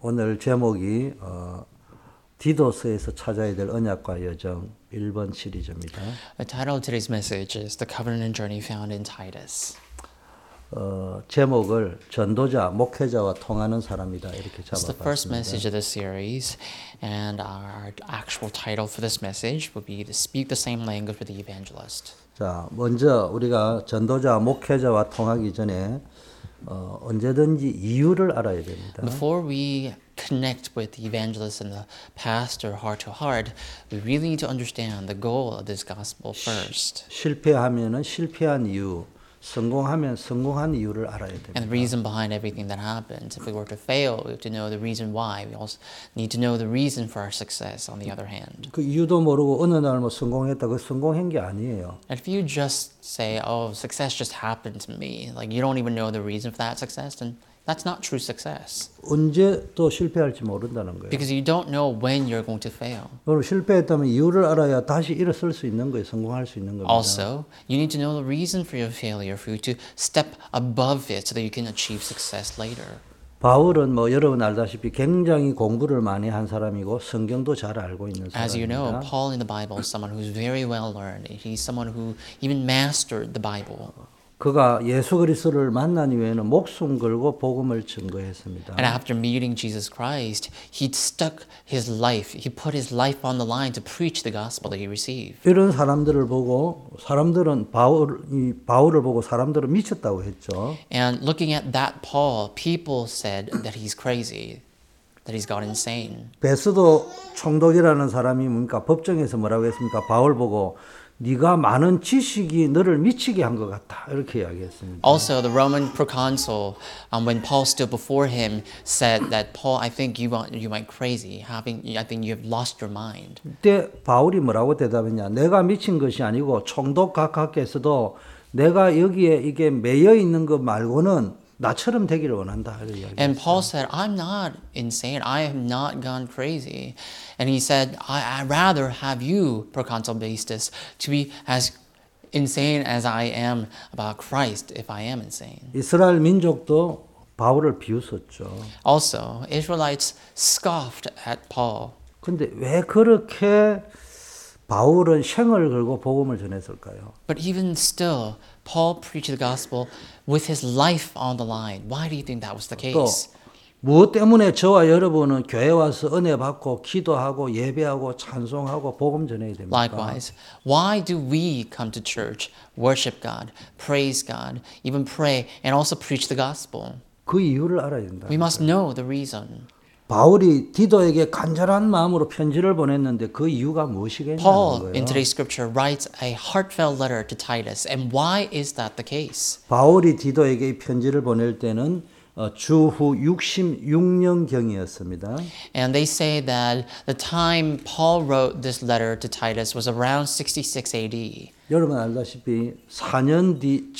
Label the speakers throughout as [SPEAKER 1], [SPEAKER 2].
[SPEAKER 1] 오늘 제목이 어, 디도스에서 찾아야 될 언약과 여정 1번 시리즈입니다.
[SPEAKER 2] The title of today's message is The Covenant and Journey Found in Titus.
[SPEAKER 1] 어, 제목을 전도자, 목회자와 통하는 사람이다 이렇게
[SPEAKER 2] It's the first
[SPEAKER 1] 잡아봤습니다.
[SPEAKER 2] message of this series, and our actual title for this message will be To Speak the Same Language with the Evangelist.
[SPEAKER 1] 자, 먼저 우리가 전도자, 목회자와 통하기 전에 어, 언제든지 이유를 알아야 됩니다.
[SPEAKER 2] Before we connect with the evangelist and the pastor heart to heart, we really need to understand the goal of this gospel first.
[SPEAKER 1] 실패하면은 실패한 이유, 성공하면 성공한 이유를 알아야 됩니다.
[SPEAKER 2] And the reason behind everything that happens. If we were to fail, we have to know the reason why. We also need to know the reason for our success, on the other hand.
[SPEAKER 1] 그 이유도 모르고 어느 날 뭐 성공했다 그 성공한 게 아니에요.
[SPEAKER 2] And if you just say, oh, success just happened to me, like you don't even know the reason for that success, then that's not true success
[SPEAKER 1] 언제 또 실패할지 모른다는 거예요.
[SPEAKER 2] because you don't know when you're going to fail.
[SPEAKER 1] 그럼 실패했다면 이유를 알아야 다시 일어설 수 있는 거예요. 성공할 수 있는 겁니다.
[SPEAKER 2] Also, you need to know the reason for your failure for you to step above it so that you can achieve success later.
[SPEAKER 1] 바울은 뭐 여러분 알다시피 굉장히 공부를 많이 한 사람이고 성경도 잘 알고 있는
[SPEAKER 2] As you know,
[SPEAKER 1] 사람입니다.
[SPEAKER 2] Paul in the Bible is someone who's very well learned. He's someone who even mastered the Bible.
[SPEAKER 1] 그가 예수 그리스도를 만난 이후에는 목숨 걸고 복음을 증거했습니다.
[SPEAKER 2] And after meeting Jesus Christ, he stuck his life, he put his life on the line to preach the gospel that he received.
[SPEAKER 1] 이런 사람들을 보고 사람들은 바울 이 바울을 보고 사람들은 미쳤다고 했죠.
[SPEAKER 2] And looking at that Paul, people said that he's crazy, that he's gone insane.
[SPEAKER 1] 베스도 총독이라는 사람이 뭡니까 법정에서 뭐라고 했습니까? 바울 보고 네가 많은 지식이 너를 미치게 한 것 같다 이렇게 이야기했습니다.
[SPEAKER 2] Also, the Roman proconsul, um, when Paul stood before him, said that Paul, I think you want you went crazy. Having, I think you have lost your mind.
[SPEAKER 1] 그때 바울이 뭐라고 대답했냐? 내가 미친 것이 아니고 총독 각하께서도 내가 여기에 이게 매여 있는 것 말고는 나처럼 되기를 원한다 그 이렇게 이야기.
[SPEAKER 2] And Paul said, I'm not insane. I have not gone crazy. And he said, I, I rather have you, proconsul Bastus, to be as insane as I am about Christ, if I am insane.
[SPEAKER 1] 이스라엘 민족도 바울을 비웃었죠.
[SPEAKER 2] Also, Israelites scoffed at Paul.
[SPEAKER 1] 근데 왜 그렇게 바울은 생을 걸고 복음을 전했을까요?
[SPEAKER 2] But even still, Paul preached the gospel with his life on the line. Why do you think that was the
[SPEAKER 1] 또
[SPEAKER 2] case?
[SPEAKER 1] 무엇 때문에 저와 여러분은 교회 와서 은혜 받고 기도하고 예배하고 찬송하고 복음 전해야 됩니까?
[SPEAKER 2] Likewise, why do we come to church, worship God, praise God, even pray, and also preach the gospel?
[SPEAKER 1] 그 이유를 알아야 된다.
[SPEAKER 2] We must know the reason.
[SPEAKER 1] 바울이 디도에게 간절한 마음으로 편지를 보냈는데 그 이유가 무엇이겠냐는
[SPEAKER 2] Paul,
[SPEAKER 1] 거예요.
[SPEAKER 2] in today's scripture, writes a heartfelt letter to Titus. And why is that the case?
[SPEAKER 1] 바울이 디도에게 이 편지를 보낼 때는 어, 주후 66년 경이었습니다.
[SPEAKER 2] And they say that the time Paul wrote this letter to Titus was around 66 AD.
[SPEAKER 1] 여러분 알다시피 4년 뒤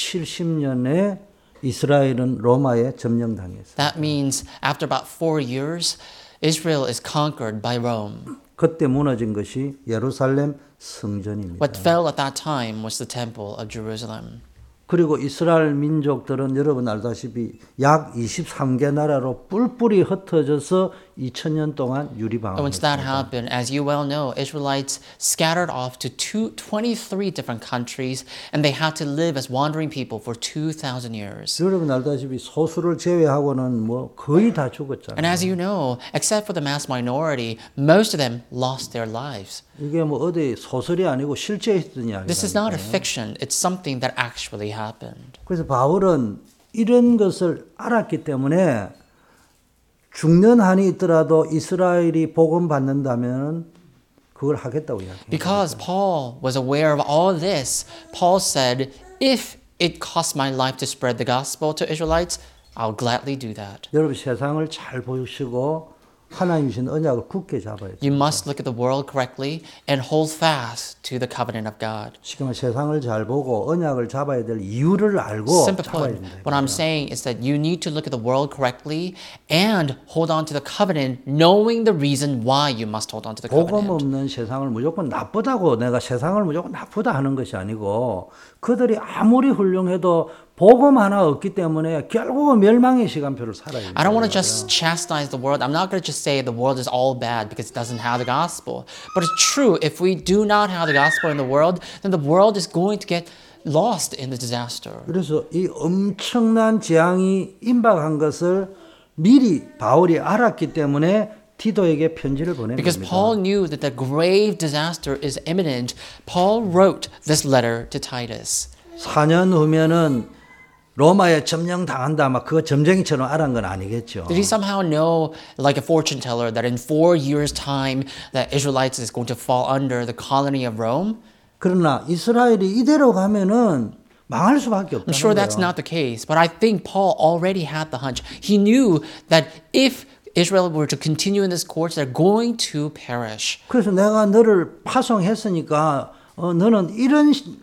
[SPEAKER 1] 70년에 이스라엘은 로마에 점령당했어요.
[SPEAKER 2] That means after about four years, Israel is conquered by Rome.
[SPEAKER 1] 그때 무너진 것이 예루살렘 성전입니다.
[SPEAKER 2] What fell at that time was the Temple of Jerusalem.
[SPEAKER 1] 그리고 이스라엘 민족들은 여러분 알다시피 약 23개 나라로 뿔뿔이 흩어져서 2000년 동안
[SPEAKER 2] And
[SPEAKER 1] 유리방황했습니다.
[SPEAKER 2] once that happened, as you well know, Israelites scattered off to two, 23 different countries and they had to live as wandering people for 2,000 years.
[SPEAKER 1] 여러분 알다시피 소수를 제외하고는 뭐 거의 다
[SPEAKER 2] And
[SPEAKER 1] 죽었잖아요.
[SPEAKER 2] as you know, except for the mass minority, most of them lost their lives.
[SPEAKER 1] 이게 뭐 어디 소설이 아니고 실제 있던 이야기.
[SPEAKER 2] This is not a fiction, it's something that actually happened.
[SPEAKER 1] 그래서 바울은 이런 것을 알았기 때문에 죽는 한이 있더라도 이스라엘이 복음 받는다면 그걸 하겠다고 이야기해요.
[SPEAKER 2] Because Paul was aware of all this, Paul said, If it costs my life to spread the gospel to Israelites, I'll gladly do that.
[SPEAKER 1] 여러분 세상을 잘 보시고 하나님 주신 언약을 굳게 잡아야 돼요.
[SPEAKER 2] You must look at the world correctly and hold fast to the covenant of God.
[SPEAKER 1] 지금 은 세상을 잘 보고 언약을 잡아야 될 이유를 알고
[SPEAKER 2] Simple
[SPEAKER 1] 잡아야
[SPEAKER 2] put,
[SPEAKER 1] 된다.
[SPEAKER 2] what I'm saying is that you need to look at the world correctly and hold on to the covenant, knowing the reason why you must hold on to the
[SPEAKER 1] 복음
[SPEAKER 2] covenant.
[SPEAKER 1] 없는 세상을 무조건 나쁘다고 내가 세상을 무조건 나쁘다 하는 것이 아니고 그들이 아무리 훌륭해도 복음 하나 없기 때문에 결국은 멸망의 시간표를 살아야 돼요.
[SPEAKER 2] I don't want to just chastise the world. I'm not going to just say the world is all bad because it doesn't have the gospel. But it's true, if we do not have the gospel in the world, then the world is going to get lost in the disaster.
[SPEAKER 1] 그래서 이 엄청난 재앙이 임박한 것을 미리 바울이 알았기 때문에 티도에게 편지를 보낸
[SPEAKER 2] Because
[SPEAKER 1] 겁니다.
[SPEAKER 2] Paul knew that the grave disaster is imminent, Paul wrote this letter to Titus.
[SPEAKER 1] 4년 후면은 로마에 점령당한다. 막 그거 점쟁이처럼 알은 건 아니겠죠.
[SPEAKER 2] Did he somehow know, like a fortune teller, that in four years' time, the Israelites is going to fall under the colony of Rome?
[SPEAKER 1] 그러나 이스라엘이 이대로 가면은 망할 수밖에
[SPEAKER 2] I'm
[SPEAKER 1] 없다는
[SPEAKER 2] sure
[SPEAKER 1] 거예요.
[SPEAKER 2] that's not the case, but I think Paul already had the hunch. He knew that if Israel were to continue in this course, they're going to perish.
[SPEAKER 1] 그래서 내가 너를 파송했으니까 어, 너는 이런 시-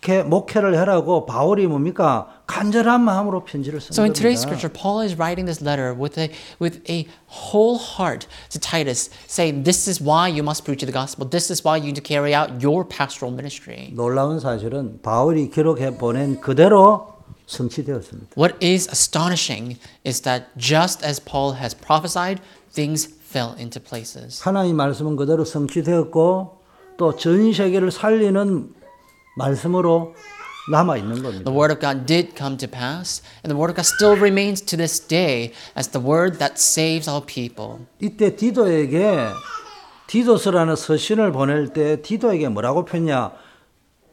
[SPEAKER 1] 이렇게 목회를 해라고 바울이 뭡니까 간절한 마음으로 편지를 쓴
[SPEAKER 2] So in
[SPEAKER 1] 겁니다.
[SPEAKER 2] today's scripture, Paul is writing this letter with a with a whole heart to Titus, saying, "This is why you must preach the gospel. This is why you need to carry out your pastoral ministry."
[SPEAKER 1] 놀라운 사실은 바울이 기록해 보낸 그대로 성취되었습니다.
[SPEAKER 2] What is astonishing is that just as Paul has prophesied, things fell into places.
[SPEAKER 1] 하나님 말씀은 그대로 성취되었고 또 전 세계를 살리는 말씀으로 남아 있는 겁니다.
[SPEAKER 2] The word of God did come to pass, and the word of God still remains to this day as the word that saves all people.
[SPEAKER 1] 이때 디도에게 디도스라는 서신을 보낼 때 디도에게 뭐라고 표현냐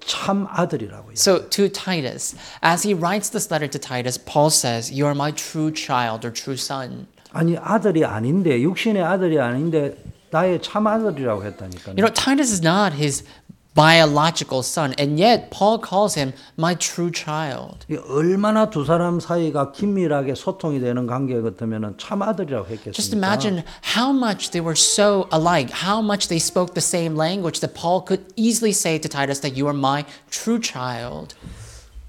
[SPEAKER 1] 참 아들이라고요.
[SPEAKER 2] So, to Titus, as he writes this letter to Titus, Paul says, You are my true child or true son.
[SPEAKER 1] 아니 아들이 아닌데 육신의 아들이 아닌데 나의 참 아들이라고 했다니까요.
[SPEAKER 2] You know, Titus is not his biological son, and yet Paul calls him my true child.
[SPEAKER 1] 이게 얼마나 두 사람 사이가 긴밀하게 소통이 되는 관계 같으면 참 아들이라고
[SPEAKER 2] Just
[SPEAKER 1] 했겠습니까?
[SPEAKER 2] imagine how much they were so alike, how much they spoke the same language that Paul could easily say to Titus that you are my true child.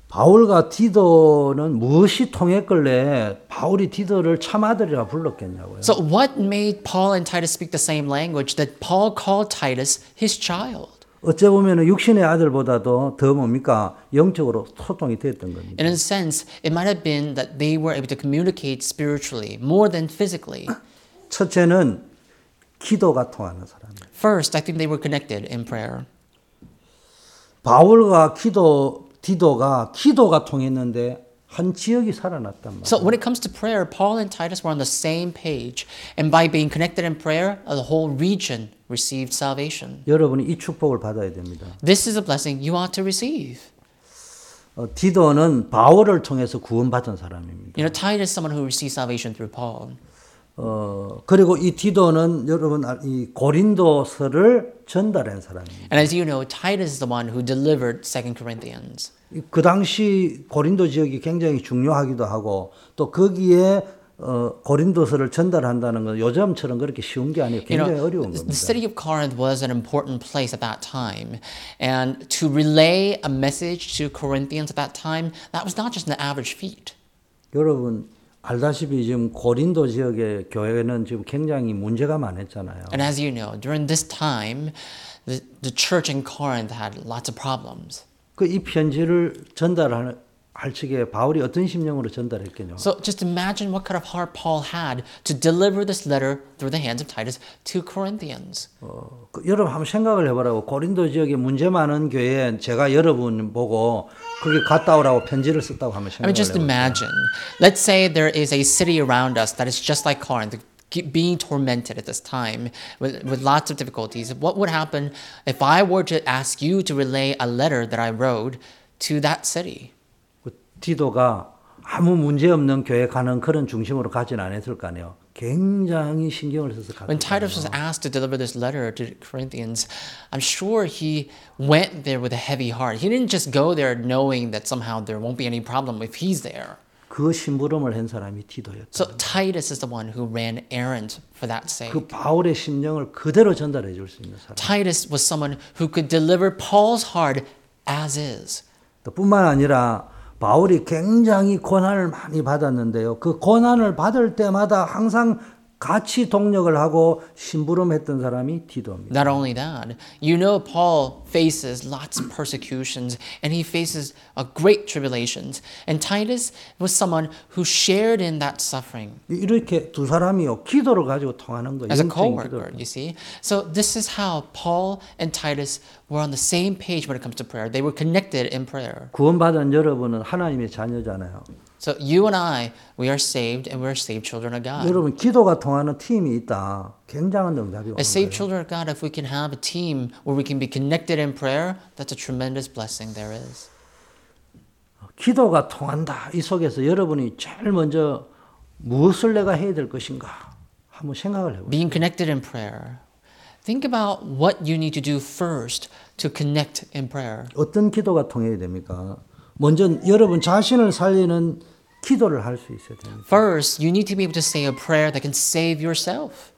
[SPEAKER 1] 바울과 디도는 무엇이 통했길래 바울이 디도를 참 아들이라 불렀겠냐고요.
[SPEAKER 2] So, what made Paul and Titus speak the same language that Paul called Titus his child?
[SPEAKER 1] 어째 보면 육신의 아들보다도 더 뭡니까 영적으로 소통이 됐던 겁니다.
[SPEAKER 2] And in a sense, it might have been that they were able to communicate spiritually more than physically.
[SPEAKER 1] 첫째는 기도가 통하는 사람.
[SPEAKER 2] First, I think they were connected in prayer.
[SPEAKER 1] 바울과 기도 디도가 기도가 통했는데 한 지역이 살아났단 말이에요.
[SPEAKER 2] So, when it comes to prayer, Paul and Titus were on the same page. And by being connected in prayer, the whole region received salvation.
[SPEAKER 1] 여러분이 이 축복을 받아야 됩니다.
[SPEAKER 2] This is a blessing you ought to receive.
[SPEAKER 1] 어, 디도는 바울을 통해서 구원받은 사람입니다.
[SPEAKER 2] You know, Titus is someone who received salvation through Paul.
[SPEAKER 1] 어, 그리고 이 디도는 여러분 알- 이 고린도서를 전달한 사람입니다.
[SPEAKER 2] And as you know, Titus is the one who delivered 2 Corinthians.
[SPEAKER 1] 이그 당시 고린도 지역이 굉장히 중요하기도 하고 또 거기에 어, 고린도서를 전달한다는 건 요즘처럼 그렇게 쉬운 게 아니에요.
[SPEAKER 2] you know,
[SPEAKER 1] 굉장히 어려운
[SPEAKER 2] the-
[SPEAKER 1] 겁니다.
[SPEAKER 2] the city of Corinth was an important place at that time. And to relay a message to Corinthians at that time, that was not just an average feat.
[SPEAKER 1] 여러분 알다시피 지금 고린도 지역의 교회는 지금 굉장히 문제가 많았잖아요.
[SPEAKER 2] And as you know, during this time, the, the church in Corinth had lots of problems.
[SPEAKER 1] 그 이 편지를 전달하는 할 적에 바울이 어떤 심령으로 전달했겠냐?
[SPEAKER 2] So just imagine what kind of heart Paul had to deliver this letter through the hands of Titus to Corinthians.
[SPEAKER 1] 어, 그 여러분 한번 생각을 해보라고 고린도 지역에 문제 많은 교회에 제가 여러분 보고 거기 갔다 오라고 편지를 썼다고 한번
[SPEAKER 2] I
[SPEAKER 1] 생각을
[SPEAKER 2] mean, just
[SPEAKER 1] 해보라고
[SPEAKER 2] imagine. Let's say there is a city around us that is just like Corinth, ge- being tormented at this time with, with lots of difficulties. What would happen if I were to ask you to relay a letter that I wrote to that city?
[SPEAKER 1] 그 디도가 아무 문제 없는 교회 가는 그런 중심으로 가진 않았을 거 아니에요. 굉장히 신경을 써서 갔어요.
[SPEAKER 2] When Titus was asked to deliver this letter to Corinthians, I'm sure he went there with a heavy heart. He didn't just go there knowing that somehow there won't be any problem if he's there.
[SPEAKER 1] 그 심부름을 한 사람이 디도였죠.
[SPEAKER 2] So Titus is the one who ran errand for that sake.
[SPEAKER 1] 그 바울의 심령을 그대로 전달해 줄 수 있는 사람.
[SPEAKER 2] Titus was someone who could deliver Paul's heart as is.
[SPEAKER 1] 또 뿐만 아니라 바울이 굉장히 고난을 많이 받았는데요. 그 고난을 받을 때마다 항상 같이 동력을 하고 심부름했던 사람이 디도입니다.
[SPEAKER 2] Not only that, you know Paul faces lots of persecutions and he faces a great tribulations. And Titus was someone who shared in that suffering
[SPEAKER 1] 이렇게 두 사람이요 기도를 가지고 통하는 거예요.
[SPEAKER 2] as a
[SPEAKER 1] 영적인 기도를.
[SPEAKER 2] co-worker, you see. So this is how Paul and Titus were on the same page when it comes to prayer. They were connected in prayer.
[SPEAKER 1] 구원받은 여러분은 하나님의 자녀잖아요.
[SPEAKER 2] So you and I, we are saved and we're saved children of God.
[SPEAKER 1] 여러분 기도가 통하는 팀이 있다. 굉장한 능력이 오는
[SPEAKER 2] As
[SPEAKER 1] 거예요.
[SPEAKER 2] saved children of God, if we can have a team where we can be connected in prayer, that's a tremendous blessing there is.
[SPEAKER 1] 기도가 통한다. 이 속에서 여러분이 제일 먼저 무엇을 내가 해야 될 것인가 한번 생각을 해보세요.
[SPEAKER 2] being connected in prayer. Think about what you need to do first to connect in prayer.
[SPEAKER 1] 어떤 기도가 통해야 됩니까? 먼저 여러분 자신을 살리는 기도를 할 수 있어야 됩니다.
[SPEAKER 2] First, you need to be able to say a prayer that can save yourself.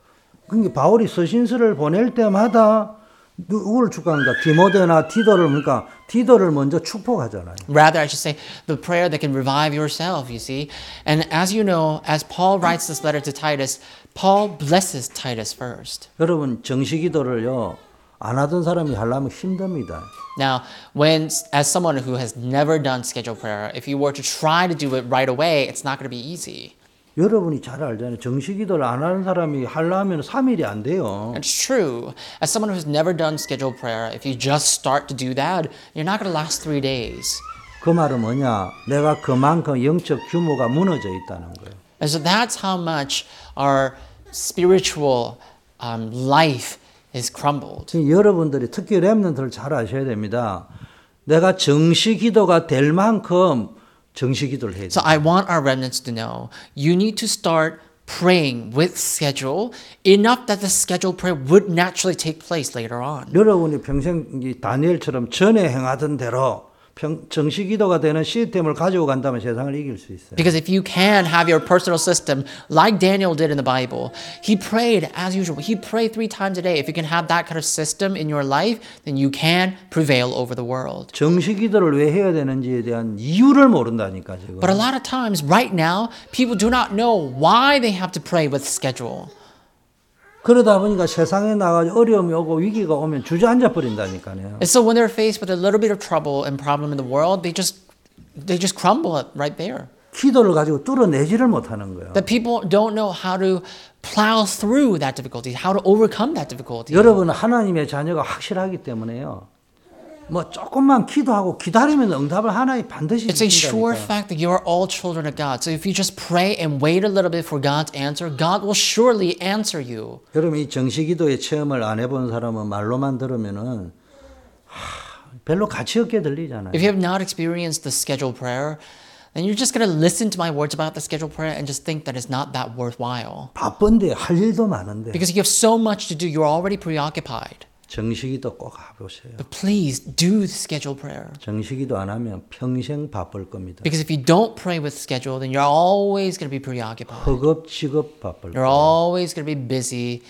[SPEAKER 1] 그러니까 바울이 서신서를 보낼 때마다 누구를 축복합니까? 디모데나 디도를 그러니까 디도를 먼저 축복하잖아요.
[SPEAKER 2] Rather, I should say, the prayer that can revive yourself, you see. And as you know, as Paul writes this letter to Titus, Paul blesses Titus first.
[SPEAKER 1] 여러분 정시기도를요 안 하던 사람이 하려면 힘듭니다.
[SPEAKER 2] Now, when, as someone who has never done scheduled prayer, if you were to try to do it right away, it's not going to be easy.
[SPEAKER 1] 여러분이 잘 알잖아요. 정시기도를 안 하는 사람이 하려면 3일이 안 돼요.
[SPEAKER 2] It's true. As someone who's never done scheduled prayer, if you just start to do that, you're not going to last three days.
[SPEAKER 1] 그 말은 뭐냐? 내가 그만큼 영적 규모가 무너져 있다는 거예요.
[SPEAKER 2] And so that's how much our spiritual um, life is crumbled.
[SPEAKER 1] 지금 여러분들이 특히 렘넌트를 잘 아셔야 됩니다. 내가 정시기도가 될 만큼 정시기도를 해야 돼요.
[SPEAKER 2] So I want our remnants to know you need to start praying with schedule enough that the scheduled prayer would naturally take place later on.
[SPEAKER 1] 여러분이 평생 이 다니엘처럼 전에 행하던 대로 평, 정시기도가 되는 시스템을 가지고 간다면 세상을 이길 수 있어요.
[SPEAKER 2] Because if you can have your personal system, like Daniel did in the Bible, he prayed as usual. He prayed three times a day. If you can have that kind of system in your life, then you can prevail over the world.
[SPEAKER 1] 정시기도를 왜 해야 되는지에 대한 이유를 모른다니까 지금.
[SPEAKER 2] But a lot of times, right now, people do not know why they have to pray with schedule.
[SPEAKER 1] 그러다 보니까 세상에 나가 어려움이 오고 위기가 오면 주저앉아 버린다니까요.
[SPEAKER 2] And so when they're faced with a little bit of trouble and problem in the world, they just they just crumble it right there.
[SPEAKER 1] 기도를 가지고 뚫어내지를 못하는 거예요.
[SPEAKER 2] That people don't know how to plow through that difficulty, how to overcome that difficulty.
[SPEAKER 1] 예. 여러분은 하나님의 자녀가 확실하기 때문에요. 뭐 조금만 기도하고 기다리면 응답을 하나님 반드시
[SPEAKER 2] It's a sure
[SPEAKER 1] 주신다니까.
[SPEAKER 2] fact that you are all children of God. So if you just pray and wait a little bit for God's answer, God will surely answer you.
[SPEAKER 1] 여러분 이 정시기도의 체험을 안 해본 사람은 말로만 들으면은 하, 별로 가치 없게 들리잖아요.
[SPEAKER 2] If you have not experienced the scheduled prayer, then you're just going to listen to my words about the scheduled prayer and just think that it's not that worthwhile.
[SPEAKER 1] 바쁜데 할 일도 많은데
[SPEAKER 2] Because you have so much to do, you're already preoccupied.
[SPEAKER 1] 정시기도 꼭 가보세요.
[SPEAKER 2] But please do the scheduled prayer.
[SPEAKER 1] 정시기도 안 하면 평생 바쁠 겁니다.
[SPEAKER 2] Because if you don't pray with schedule, then you're always going to be preoccupied.
[SPEAKER 1] 허겁지겁 바쁠 거예요.
[SPEAKER 2] You're always going to be busy.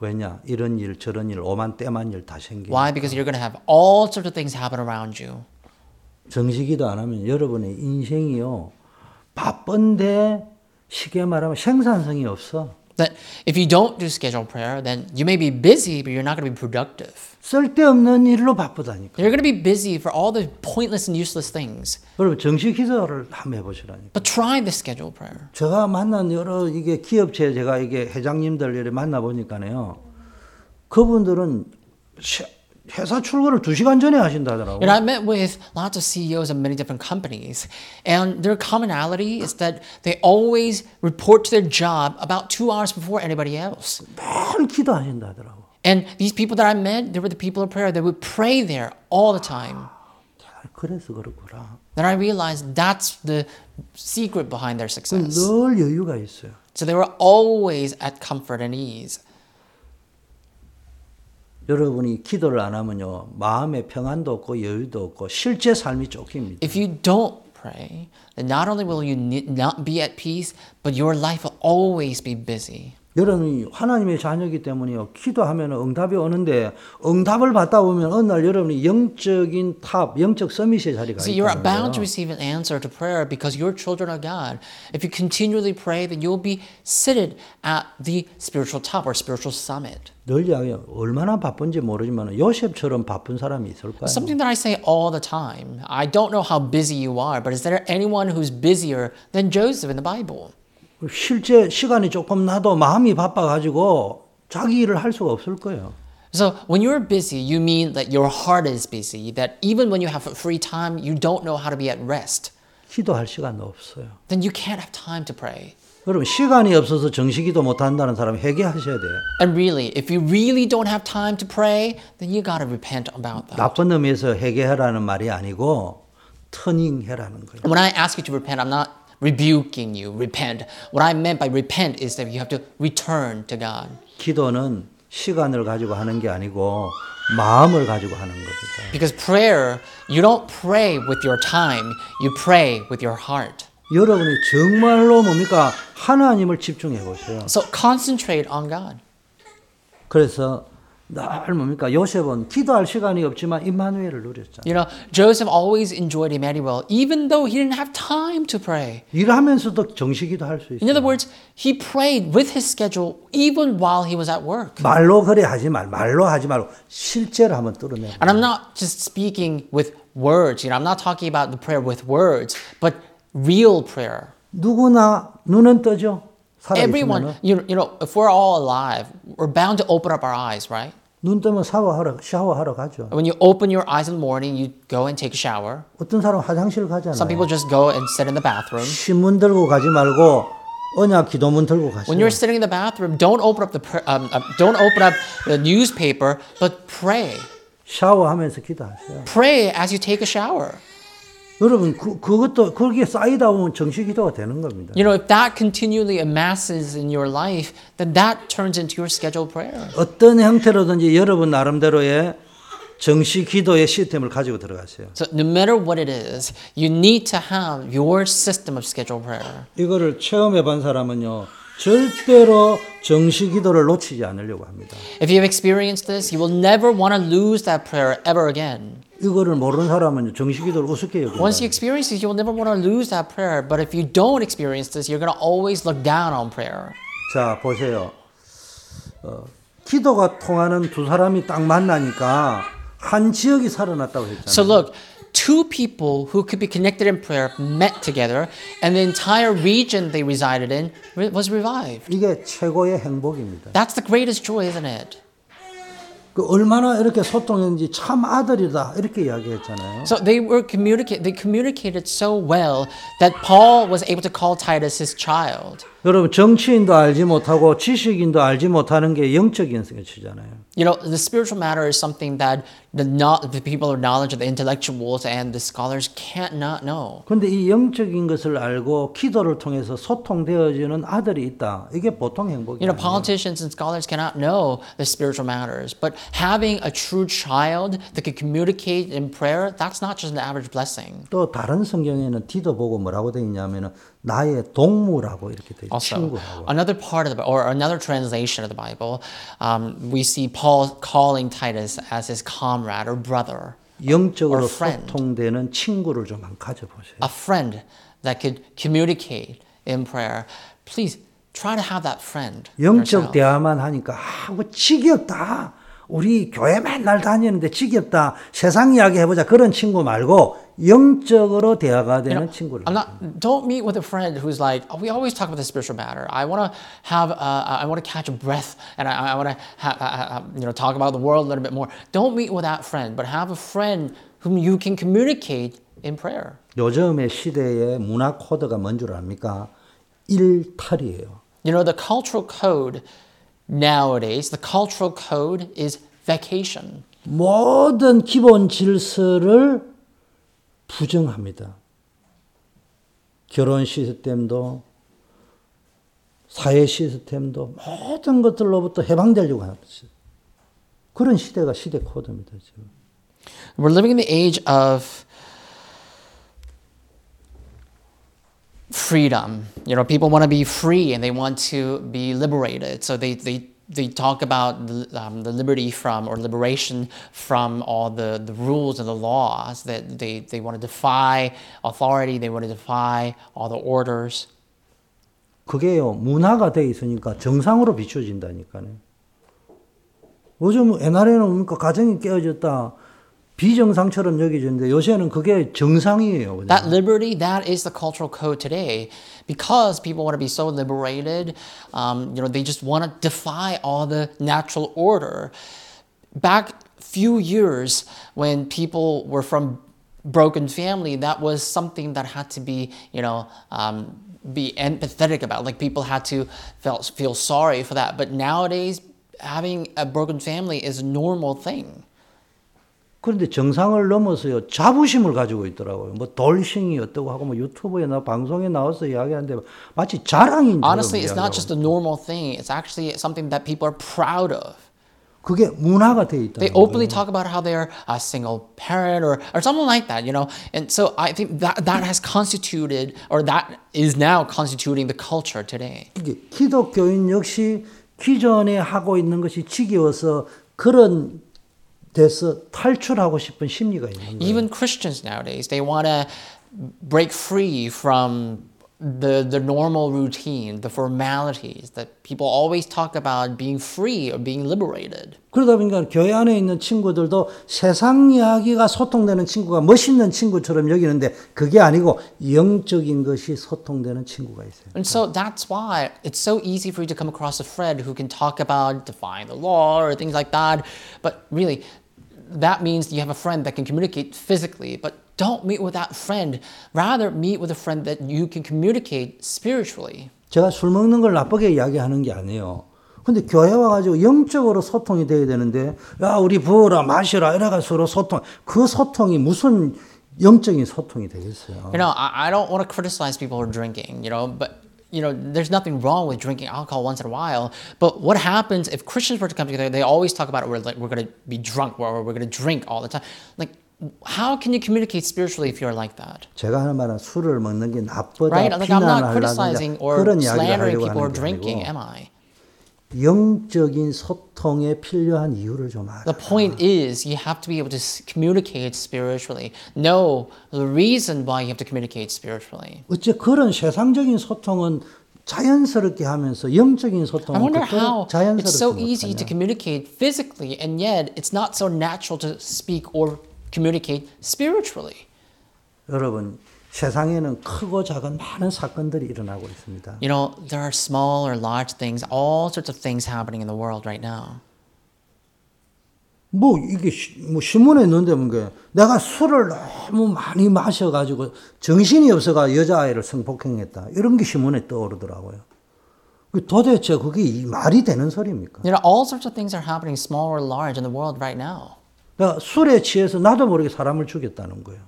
[SPEAKER 1] 왜냐 이런 일 저런 일 오만 때만 일 다 생기고
[SPEAKER 2] Why? Because you're going to have all sorts of things happen around you.
[SPEAKER 1] 정시기도 안 하면 여러분의 인생이요 바쁜데 쉽게 말하면 생산성이 없어
[SPEAKER 2] that if you don't do scheduled prayer, then you may be busy, but you're not going to be productive.
[SPEAKER 1] 쓸데없는 일로 바쁘다니까.
[SPEAKER 2] You're going to be busy for all the pointless and useless things.
[SPEAKER 1] 여러분 정시기도를 한번 해보시라니까.
[SPEAKER 2] But try the scheduled prayer.
[SPEAKER 1] 제가 만난 여러 이게 기업체 제가 이게 회장님들 이렇게 만나 보니까요. 그분들은 시- 회사 출근을 2시간 전에 하신다더라고요.
[SPEAKER 2] And I met with lots of CEOs of many different companies, and their commonality is that they always report to their job about two hours before anybody else.
[SPEAKER 1] 매일 기도하신다더라고요.
[SPEAKER 2] And these people that I met, they were the people of prayer. They would pray there all the time.
[SPEAKER 1] 아, 그래서 그렇구나.
[SPEAKER 2] Then I realized that's the secret behind their success.
[SPEAKER 1] 늘 여유가 있어요.
[SPEAKER 2] So they were always at comfort and ease.
[SPEAKER 1] 여러분이 기도를 안 하면요. 마음의 평안도 없고 여유도 없고 실제 삶이 쫓깁니다.
[SPEAKER 2] If you don't pray, then not only will you ne- not be at peace, but your life will always be busy.
[SPEAKER 1] 여러분이 하나님의 자녀이기 때문에요. 기도하면 응답이 오는데 응답을 받다 보면 어느 날 여러분이 영적인 탑, 영적 서밋의 자리가
[SPEAKER 2] See, you're
[SPEAKER 1] 있다는 거예요.
[SPEAKER 2] bound to receive an answer to prayer because you're children of God. If you continually pray, then you'll be seated at the spiritual top or spiritual summit.
[SPEAKER 1] 늘 이야기해요. 얼마나 바쁜지 모르지만 요셉처럼 바쁜 사람이 있을까요?
[SPEAKER 2] Something that I say all the time. I don't know how busy you are, but is there anyone who's busier than Joseph in the Bible?
[SPEAKER 1] 실제 시간이 조금 나도 마음이 바빠가지고 자기 일을 할 수가 없을 거예요.
[SPEAKER 2] So, when you're busy, you mean that your heart is busy, that even when you have free time, you don't know how to be at rest.
[SPEAKER 1] 기도할 시간도 없어요.
[SPEAKER 2] Then you can't have time to pray.
[SPEAKER 1] 여러분 시간이 없어서 정식기도 못한다는 사람 회개하셔야 돼요.
[SPEAKER 2] And really, if you really don't have time to pray, then you got to repent about that.
[SPEAKER 1] 나쁜 의미에서 회개하라는 말이 아니고 터닝해라는 거예요.
[SPEAKER 2] When I ask you to repent, I'm not rebuking you. Repent. What I meant by repent is that you have to return to God.
[SPEAKER 1] 기도는 시간을 가지고 하는 게 아니고 마음을 가지고 하는 겁니다.
[SPEAKER 2] Because prayer, you don't pray with your time, you pray with your heart.
[SPEAKER 1] 여러분이 정말로 뭡니까 하나님을 집중해 보세요.
[SPEAKER 2] So concentrate on God.
[SPEAKER 1] 그래서 날 뭡니까 요셉은 기도할 시간이 없지만 임마누엘을 누렸잖아요.
[SPEAKER 2] You know, Joseph always enjoyed Emmanuel, even though he didn't have time to pray.
[SPEAKER 1] 일하면서도 정식기도 할 수
[SPEAKER 2] In
[SPEAKER 1] 있어요.
[SPEAKER 2] other words, he prayed with his schedule even while he was at work.
[SPEAKER 1] 말로 그래 하지 말, 말로 하지 말고 실제로 한번 뚫어내.
[SPEAKER 2] And I'm not just speaking with words, you know, I'm not talking about the prayer with words, but real prayer.
[SPEAKER 1] 누구나 눈은 뜨죠. 살아 있으면
[SPEAKER 2] Everyone, you know, you know, if we're all alive, we're bound to open up our eyes, right?
[SPEAKER 1] 눈 뜨면 샤워하러 샤워하러 가죠.
[SPEAKER 2] When you open your eyes in the morning, you go and take a shower.
[SPEAKER 1] 어떤 사람 화장실
[SPEAKER 2] Some
[SPEAKER 1] 가잖아요.
[SPEAKER 2] people just go and sit in the bathroom.
[SPEAKER 1] 신문 들고 가지 말고 언약 기도문 들고 가세요.
[SPEAKER 2] When you're sitting in the bathroom, don't open up the pr- um, uh, don't open up the newspaper, but pray.
[SPEAKER 1] 샤워하면서 기도하세요.
[SPEAKER 2] Pray as you take a shower.
[SPEAKER 1] 여러분 그, 그것도 거기에 쌓이다 보면 정식 기도가 되는 겁니다.
[SPEAKER 2] You know, if that continually amasses in your life, then that turns into your scheduled prayer.
[SPEAKER 1] 어떤 형태로든지 여러분 나름대로의 정식 기도의 시스템을 가지고 들어가세요.
[SPEAKER 2] So no matter what it is, you need to have your system of scheduled prayer.
[SPEAKER 1] 이거를 체험해 본 사람은요. 절대로 정식 기도를 놓치지 않으려고 합니다.
[SPEAKER 2] If you've experienced this, you will never want to lose that prayer ever again.
[SPEAKER 1] 이거를 모르는 사람은 정식 기도를 우습게 여긴다.
[SPEAKER 2] Once you experience this, you'll never want to lose that prayer. But if you don't experience this, you're going to always look down on prayer.
[SPEAKER 1] 자, 보세요. 어, 기도가 통하는 두 사람이 딱 만나니까 한 지역이 살아났다고 했잖아요.
[SPEAKER 2] So look, two people who could be connected in prayer met together, and the entire region they resided in re- was revived.
[SPEAKER 1] 이게 최고의 행복입니다.
[SPEAKER 2] That's the greatest joy, isn't it?
[SPEAKER 1] 그 얼마나 이렇게 소통했는지 참 아들이다 이렇게 이야기했잖아요.
[SPEAKER 2] So they were communicate. They communicated so well that Paul was able to call Titus his child.
[SPEAKER 1] 여러분 정치인도 알지 못하고 지식인도 알지 못하는 게 영적인 성취잖아요.
[SPEAKER 2] You know, the spiritual matter is something that the not the people of knowledge, the intellectuals and the scholars can't not know.
[SPEAKER 1] 그런데 이 영적인 것을 알고 기도를 통해서 소통되어지는 아들이 있다. 이게 보통
[SPEAKER 2] You know,
[SPEAKER 1] 행복이에요.
[SPEAKER 2] politicians and scholars cannot know the spiritual matters, but having a true child that can communicate in prayer, that's not just an average blessing.
[SPEAKER 1] 또 다른 성경에는 디도 보고 뭐라고 돼 있냐면은 나의 동무라고 이렇게 돼 있어요.
[SPEAKER 2] Also,
[SPEAKER 1] 친구라고.
[SPEAKER 2] another part of the or another translation of the Bible, um, we see Paul calling Titus as his comrade or brother,
[SPEAKER 1] 영적으로
[SPEAKER 2] or friend.
[SPEAKER 1] 소통되는 친구를 좀 한 가져보세요.
[SPEAKER 2] a friend that could communicate in prayer. Please try to have that friend. yourself.
[SPEAKER 1] 영적 대화만 하니까 아우 뭐 지겹다. 우리 교회 맨날 다니는데 지겹다. 세상 이야기 해보자 그런 친구 말고 영적으로 대화가 되는 친구를.
[SPEAKER 2] I'm not. Don't meet with a friend who's like, "Oh, we always talk about the spiritual matter. I want to have, uh, I want to catch a breath, and I, I want to, ha- ha- ha- you know, talk about the world a little bit more. Don't meet with that friend, but have a friend whom you can communicate in prayer.
[SPEAKER 1] 요즘의 시대의 문화 코드가 뭔 줄 압니까? 일탈이에요.
[SPEAKER 2] You know, the cultural code nowadays, the cultural code is vacation.
[SPEAKER 1] 모든 기본 질서를 부정합니다. 결혼 시스템도 사회 시스템도 모든 것들로부터 해방되려고 하는 그런 시대가 시대 코드입니다. 지금
[SPEAKER 2] We're living in the age of freedom. You know, people want to be free and they want to be liberated. So they, they, they talk about the, um, the liberty from or liberation from all the, the rules and the laws that they, they want to defy authority, they want to defy all the orders.
[SPEAKER 1] 그게요 문화가 돼 있으니까 정상으로 비춰진다니까요. 요즘 옛날에는 그러니까 가정이 깨어졌다 비정상처럼 여겨졌는데 요새는 그게 정상이에요. 그냥.
[SPEAKER 2] That liberty, that is the cultural code today. Because people want to be so liberated, um, you know, they just want to defy all the natural order. Back few years when people were from broken family, that was something that had to be, you know, um, be empathetic about. Like people had to felt, feel sorry for that. But nowadays, having a broken family is a normal thing.
[SPEAKER 1] 그런데 정상을 넘어서요 자부심을 가지고 있더라고요. 뭐 돌싱이 어떠고 하고 뭐 유튜브에 나 방송에 나와서 이야기하는데 마치 자랑인 줄
[SPEAKER 2] Honestly, it's not just a normal thing. It's actually something that people are proud of.
[SPEAKER 1] 그게 문화가 돼 있다.
[SPEAKER 2] They openly talk about how they're a single parent or, or something like that, you know? And so I think that, that has constituted, or that is now constituting the culture today.
[SPEAKER 1] 이게 기독교인 역시 기존에 하고 있는 것이 지겨워서 그런 데서 탈출하고 싶은 심리가 있는 거예요.
[SPEAKER 2] Even Christians nowadays, they want to break free from the, the normal routine, the formalities that people always talk about being free or being liberated.
[SPEAKER 1] 그러다 보니까 교회 안에 있는 친구들도 세상 이야기가 소통되는 친구가 멋있는 친구처럼 여기는데 그게 아니고 영적인 것이 소통되는 친구가 있어요.
[SPEAKER 2] And so that's why it's so easy for you to come across a friend who can talk about defying the law or things like that. But really, that means you have a friend that can communicate physically. But don't meet with that friend. Rather, meet with a friend that you can communicate spiritually.
[SPEAKER 1] 제가 술 먹는 걸 나쁘게 이야기하는 게 아니에요. 근데 교회 와가지고 영적으로 소통이 돼야 되는데 야 우리 부어라 마시라 이래가 서로 소통 그 소통이 무슨 영적인 소통이 되겠어요.
[SPEAKER 2] You know, I, I don't want to criticize people who are drinking, you know, but you know, there's nothing wrong with drinking alcohol once in a while. But what happens if Christians were to come together? They always talk about we're like we're gonna be drunk, or we're gonna drink all the time. Like, how can you communicate spiritually if you're like that?
[SPEAKER 1] 제가 하는 말은 술을 먹는 게 나쁘다
[SPEAKER 2] Right? Like, I'm
[SPEAKER 1] 비난을
[SPEAKER 2] not
[SPEAKER 1] 하려는
[SPEAKER 2] criticizing or
[SPEAKER 1] 그런 이야기를
[SPEAKER 2] slandering
[SPEAKER 1] 하려고
[SPEAKER 2] people who are
[SPEAKER 1] 하는 게 아니고
[SPEAKER 2] drinking, am I?
[SPEAKER 1] 영적인 소통에 필요한 이유를 좀
[SPEAKER 2] The
[SPEAKER 1] 알아.
[SPEAKER 2] point is, you have to be able to s- communicate spiritually. Know the reason why you have to communicate spiritually.
[SPEAKER 1] 어째 그런 세상적인 소통은 자연스럽게 하면서 영적인
[SPEAKER 2] I
[SPEAKER 1] 소통은
[SPEAKER 2] wonder
[SPEAKER 1] 그토록
[SPEAKER 2] how it's so
[SPEAKER 1] 자연스럽지
[SPEAKER 2] easy to
[SPEAKER 1] 못하냐.
[SPEAKER 2] communicate physically, and yet it's not so natural to speak or communicate spiritually.
[SPEAKER 1] 여러분 세상에는 크고 작은 많은 사건들이 일어나고 있습니다.
[SPEAKER 2] You know, there are small or large things, all sorts of things happening in the world right now.
[SPEAKER 1] 뭐 이게 시- 뭐 신문에 넣는데 뭔가 내가 술을 너무 많이 마셔가지고 정신이 없어가 여자아이를 성폭행했다 이런 게 신문에 떠오르더라고요. 그 도대체 그게 이 말이 되는 소리입니까?
[SPEAKER 2] You know, all sorts of things are happening, small or large, in the world right now.
[SPEAKER 1] 내가 그러니까 술에 취해서 나도 모르게 사람을 죽였다는 거예요.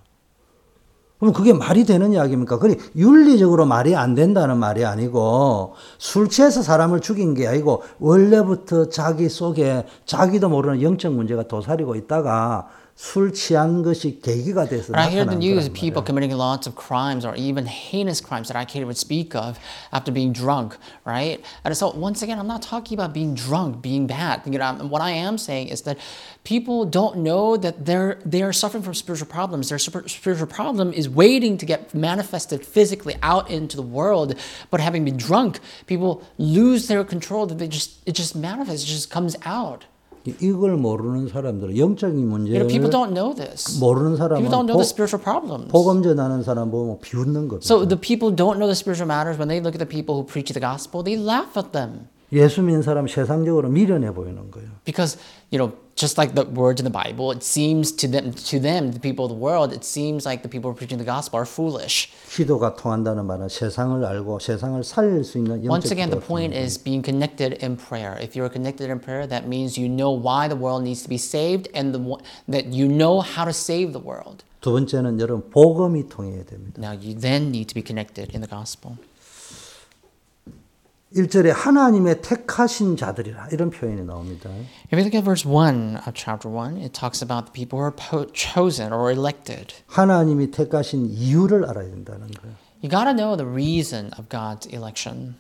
[SPEAKER 1] 그럼 그게 말이 되는 이야기입니까? 그게 윤리적으로 말이 안 된다는 말이 아니고 술 취해서 사람을 죽인 게 아니고 원래부터 자기 속에 자기도 모르는 영적 문제가 도사리고 있다가 술 취한 것이 계기가 돼서
[SPEAKER 2] But I hear
[SPEAKER 1] 나타난 거란
[SPEAKER 2] the news
[SPEAKER 1] 아, 말이에요.
[SPEAKER 2] of people committing lots of crimes or even heinous crimes that I can't even speak of after being drunk, right? And so, once again, I'm not talking about being drunk, being bad. You know, I'm- what I am saying is that people don't know that they're they are suffering from spiritual problems. Their spir- spiritual problem is waiting to get manifested physically out into the world. But having been drunk, people lose their control. That they just it just manifests, it just comes out.
[SPEAKER 1] 이걸 모르는 사람들은 영적인
[SPEAKER 2] You know,
[SPEAKER 1] 문제를
[SPEAKER 2] people don't know this.
[SPEAKER 1] 모르는
[SPEAKER 2] People
[SPEAKER 1] 사람은
[SPEAKER 2] don't know
[SPEAKER 1] 복,
[SPEAKER 2] the spiritual problems.
[SPEAKER 1] 복음 전하는 사람 보면 비웃는 겁니다.
[SPEAKER 2] So the people don't know the spiritual matters. When they look at the people who preach the gospel, they laugh at them
[SPEAKER 1] 예수 믿는 사람 세상적으로 미련해 보이는 거예요.
[SPEAKER 2] because you know, just like the words in the Bible, it seems to them, to them, the people of the world, it seems like the people who are preaching the gospel are foolish.
[SPEAKER 1] 기도가 통한다는 말은 세상을 알고 세상을 살릴 수 있는 영적
[SPEAKER 2] Once again, the
[SPEAKER 1] 기도가
[SPEAKER 2] point is being connected in prayer. If you're connected in prayer, that means you know why the world needs to be saved and the, wo- that you know how to save the world.
[SPEAKER 1] 두 번째는 여러분 복음이 통해야 됩니다.
[SPEAKER 2] Now you then need to be connected in the gospel.
[SPEAKER 1] 1절에 하나님의 택하신 자들이라 이런 표현이 나옵니다.
[SPEAKER 2] If you look at verse 1 of chapter 1, it talks about the people who are po- chosen or elected.
[SPEAKER 1] 하나님이 택하신 이유를 알아야 된다는 거예요.
[SPEAKER 2] You got to know the reason of God's election.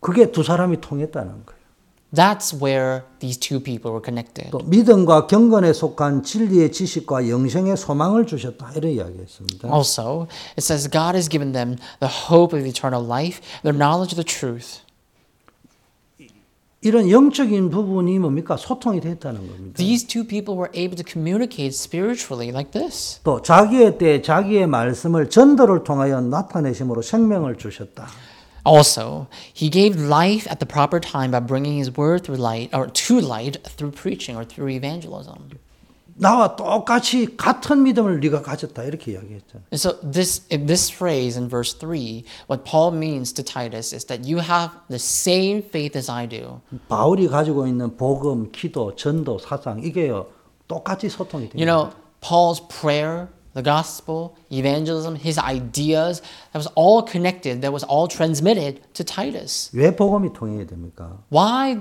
[SPEAKER 1] 그게 두 사람이 통했다는 거예요.
[SPEAKER 2] That's where these two people were connected.
[SPEAKER 1] 또 믿음과 경건에 속한 진리의 지식과 영생의 소망을 주셨다 이런 이야기했습니다.
[SPEAKER 2] 어. Also, it says God has given them the hope of eternal life, the knowledge of the truth.
[SPEAKER 1] 이런 영적인 부분이 뭡니까 소통이 됐다는 겁니다.
[SPEAKER 2] These two people were able to communicate spiritually like this.
[SPEAKER 1] 또 자기의 때 자기의 말씀을 전도를 통하여 나타내심으로 생명을 주셨다.
[SPEAKER 2] Also, he gave life at the proper time by bringing his word through light or to light through preaching or through evangelism.
[SPEAKER 1] 나와 똑같이 같은 믿음을 네가 가졌다 이렇게 이야기했잖아요.
[SPEAKER 2] And so this in this phrase in verse 3, what Paul means to Titus is that you have the same faith as I do.
[SPEAKER 1] 바울이 가지고 있는 복음, 기도, 전도, 사상 이게요 똑같이 소통이 됩니다.
[SPEAKER 2] You know, Paul's prayer, the gospel, evangelism, his ideas, that was all connected, that was all transmitted to Titus.
[SPEAKER 1] 왜 복음이 통해야 됩니까?
[SPEAKER 2] Why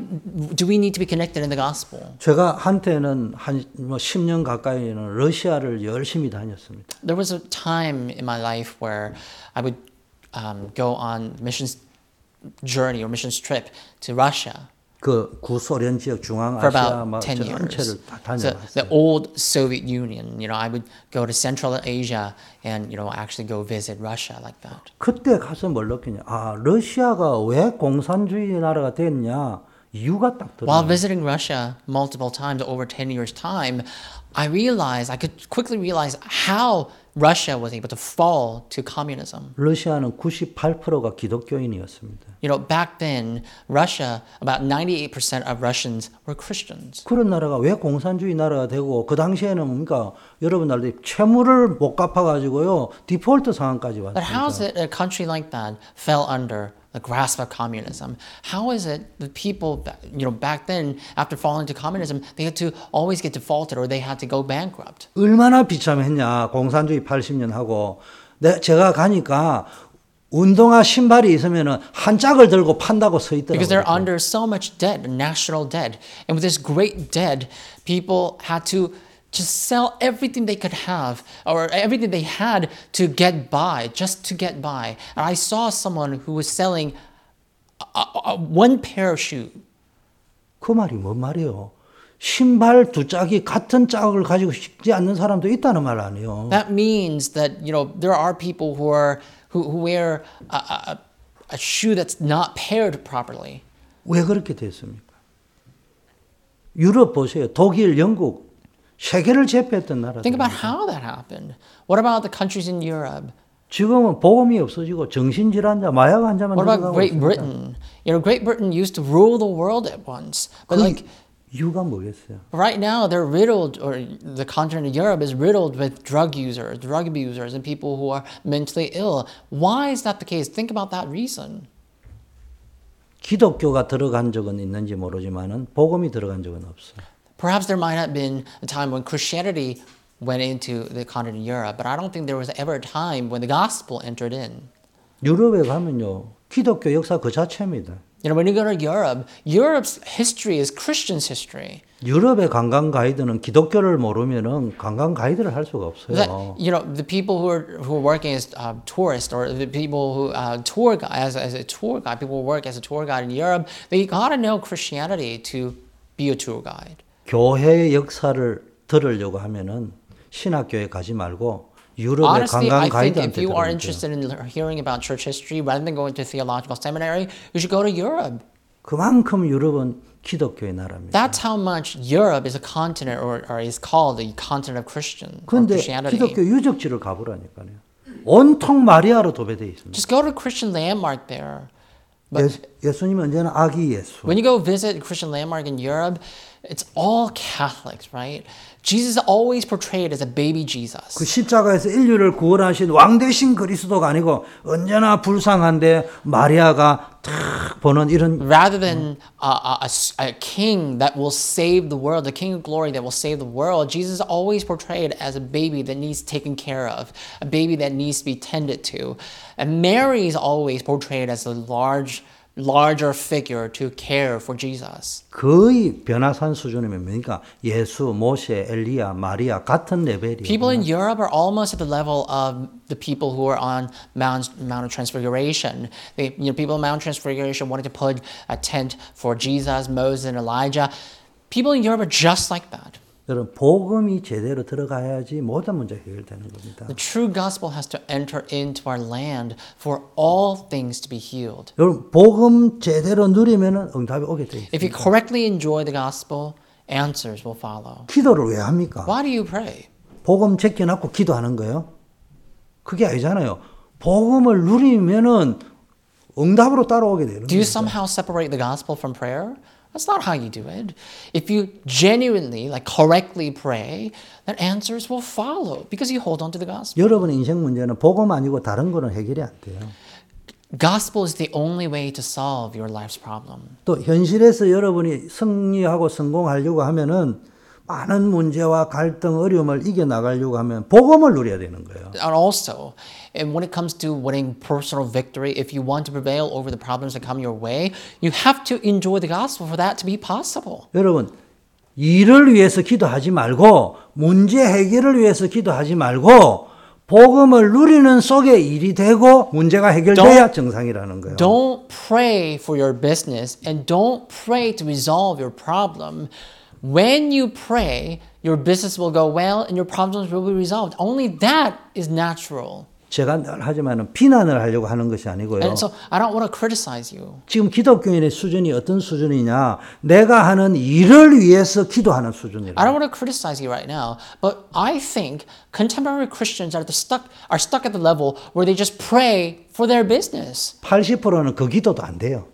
[SPEAKER 2] do we need to be connected in the gospel?
[SPEAKER 1] 제가 한때는 한뭐 10년 가까이는 러시아를 열심히 다녔습니다.
[SPEAKER 2] There was a time in my life where I would um, go on missions journey or missions trip to Russia
[SPEAKER 1] 그 구소련 지역 중앙
[SPEAKER 2] for
[SPEAKER 1] 아시아 막
[SPEAKER 2] about 10 years.
[SPEAKER 1] 전체를 다
[SPEAKER 2] So
[SPEAKER 1] 다녀봤어요.
[SPEAKER 2] the old Soviet Union, you know, I would go to Central Asia and, you know, actually go visit Russia like that.
[SPEAKER 1] 그때 가서 뭘 느끼냐? 아 러시아가 왜 공산주의 나라가 됐냐? 이유가 딱 들어.
[SPEAKER 2] While visiting Russia multiple times over 10 years' time, I realized, I could quickly realize how Russia was able to fall to communism.
[SPEAKER 1] 러시아는 98%가 기독교인이었습니다.
[SPEAKER 2] You know, back then, Russia, about 98% of Russians were Christians.
[SPEAKER 1] 그런 나라가 왜 공산주의 나라가 되고 그 당시에는 뭡니까? 여러분 알다시피 채무를 못 갚아가지고요 디폴트 상황까지
[SPEAKER 2] But how is
[SPEAKER 1] 왔습니다.
[SPEAKER 2] it a country like that fell under the grasp of communism? How is it the people, ba- you know, back then, after falling to communism, they had to always get defaulted or they had to go bankrupt?
[SPEAKER 1] 얼마나 비참했냐? 공산주의 80년 하고 내 제가 가니까 운동화 신발이 있으면은 한 짝을 들고 판다고 서
[SPEAKER 2] because they're
[SPEAKER 1] 있더라고요.
[SPEAKER 2] under so much debt, national debt. And with this great debt, people had to just sell everything they could have or everything they had to get by, just to get by. And I saw someone who was selling uh, uh, one pair of shoe.
[SPEAKER 1] 그 말이 뭔 말이에요? 신발 두 짝이 같은 짝을 가지고 싶지 않는 사람도 있다는 말 아니에요.
[SPEAKER 2] That means that you know there are people who are who, who wear a, a, a shoe that's not paired properly.
[SPEAKER 1] 왜 그렇게 됐습니까? 유럽 보세요. 독일, 영국 세계를 제패했던 나라들.
[SPEAKER 2] Think about how that happened. What about the countries in Europe?
[SPEAKER 1] 지금은 복음이 없어지고 정신질환자, 마약 환자만
[SPEAKER 2] What about
[SPEAKER 1] 늘어나고
[SPEAKER 2] Great
[SPEAKER 1] 있습니다.
[SPEAKER 2] Britain? You know, Great Britain used to rule the world at once,
[SPEAKER 1] 그
[SPEAKER 2] but like
[SPEAKER 1] 이유가 뭐겠어요?
[SPEAKER 2] right now, they're riddled, or the continent of Europe is riddled with drug users, drug abusers, and people who are mentally ill. Why is that the case? Think about that reason.
[SPEAKER 1] 기독교가 들어간 적은 있는지 모르지만은 복음이 들어간 적은 없어요.
[SPEAKER 2] Perhaps there might have been a time when Christianity went into the continent of Europe, but I don't think there was ever a time when the gospel entered in.
[SPEAKER 1] 유럽에 가면요. 기독교 역사 그 자체입니다.
[SPEAKER 2] You know, when you go to Europe, Europe's history is Christian's history.
[SPEAKER 1] 유럽의 관광 가이드는 기독교를 모르면은 관광 가이드를 할 수가 없어요.
[SPEAKER 2] That, you know, the people who are who are working as uh, tourists or the people who uh, tour guide as, as a tour guide, people who work as a tour guide in Europe, they gotta know Christianity to be a tour guide.
[SPEAKER 1] 교회의 역사를 들으려고 하면은 신학교에 가지 말고 유럽의
[SPEAKER 2] Honestly,
[SPEAKER 1] 관광
[SPEAKER 2] I think if
[SPEAKER 1] 가이드한테
[SPEAKER 2] you are
[SPEAKER 1] 들어가요.
[SPEAKER 2] interested in le- hearing about church history, rather than going to theological seminary, you should go to Europe.
[SPEAKER 1] 그만큼 유럽은 기독교의 나라입니다.
[SPEAKER 2] That's how much Europe is a continent or, or is called the continent of Christian or
[SPEAKER 1] 그런데
[SPEAKER 2] Christianity.
[SPEAKER 1] 기독교 유적지를 가보라니까요. 온통 마리아로 도배되어 있습니다.
[SPEAKER 2] Just go to Christian landmark there.
[SPEAKER 1] 예수, 예수님 언제나 아기 예수.
[SPEAKER 2] When you go visit Christian landmark in Europe, it's all Catholics, right? Jesus is always portrayed as a baby Jesus.
[SPEAKER 1] 그 십자가에서 인류를 구원하신 왕 대신 그리스도가 아니고 언제나 불쌍한데 마리아가 탁 보는 이런
[SPEAKER 2] Rather than uh, a- a, s- a king that will save the world, the king of glory that will save the world, Jesus is always portrayed as a baby that needs taken care of, a baby that needs to be tended to. And Mary is always portrayed as a large larger figure to care for Jesus.
[SPEAKER 1] 거의 변화산 수준이면 그러니까 예수, 모세, 엘리야, 마리아 같은 레벨이에요.
[SPEAKER 2] People in Europe are almost at the level of the people who are on Mount, Mount of Transfiguration. They, you know, people on Mount Transfiguration wanted to put a tent for Jesus, Moses, and Elijah. People in Europe are just like that.
[SPEAKER 1] 여러분 복음이 제대로 들어가야지 모든 문제 가 해결되는 겁니다.
[SPEAKER 2] The true gospel has to enter into our land for all things to be healed.
[SPEAKER 1] 여러분 복음 제대로 누리면 응답이 오게 돼. 있어요.
[SPEAKER 2] If you correctly enjoy the gospel, answers will follow.
[SPEAKER 1] 기도를 왜 합니까?
[SPEAKER 2] Why do you pray?
[SPEAKER 1] 복음 제껴놓고 기도하는 거예요? 그게 아니잖아요. 복음을 누리면은 응답으로 따라오게 되는
[SPEAKER 2] Do
[SPEAKER 1] 거예요.
[SPEAKER 2] you somehow separate the gospel from prayer? That's not how you do it. If you genuinely, like correctly pray, then answers will follow because you hold on to the gospel.
[SPEAKER 1] 여러분의 인생 문제는 복음 아니고 다른 거는 해결이 안 돼요.
[SPEAKER 2] Gospel is the only way to solve your life's problem.
[SPEAKER 1] 또 현실에서 여러분이 승리하고 성공하려고 하면은 많은 문제와 갈등, 어려움을 이겨 나가려고 하면 복음을 누려야 되는 거예요.
[SPEAKER 2] And also, and when it comes to winning personal victory, if you want to prevail over the problems that come your way, you have to enjoy the gospel for that to be possible.
[SPEAKER 1] 여러분 일을 위해서 기도하지 말고 문제 해결을 위해서 기도하지 말고 복음을 누리는 속에 일이 되고 문제가 해결돼야 정상이라는 거예요.
[SPEAKER 2] Don't pray for your business and don't pray to resolve your problem. When you pray, your business will go well and your problems will be resolved. Only that is natural.
[SPEAKER 1] 제가 늘 하지만 비난을 하려고 하는 것이 아니고요.
[SPEAKER 2] And so I don't want to criticize you.
[SPEAKER 1] 지금 기독교인의 수준이 어떤 수준이냐? 내가 하는 일을 위해서 기도하는 수준이라.
[SPEAKER 2] I don't want to criticize you right now, but I think contemporary Christians are the stuck are stuck at the level where they just pray for their business.
[SPEAKER 1] 80%는 그 기도도 안 돼요.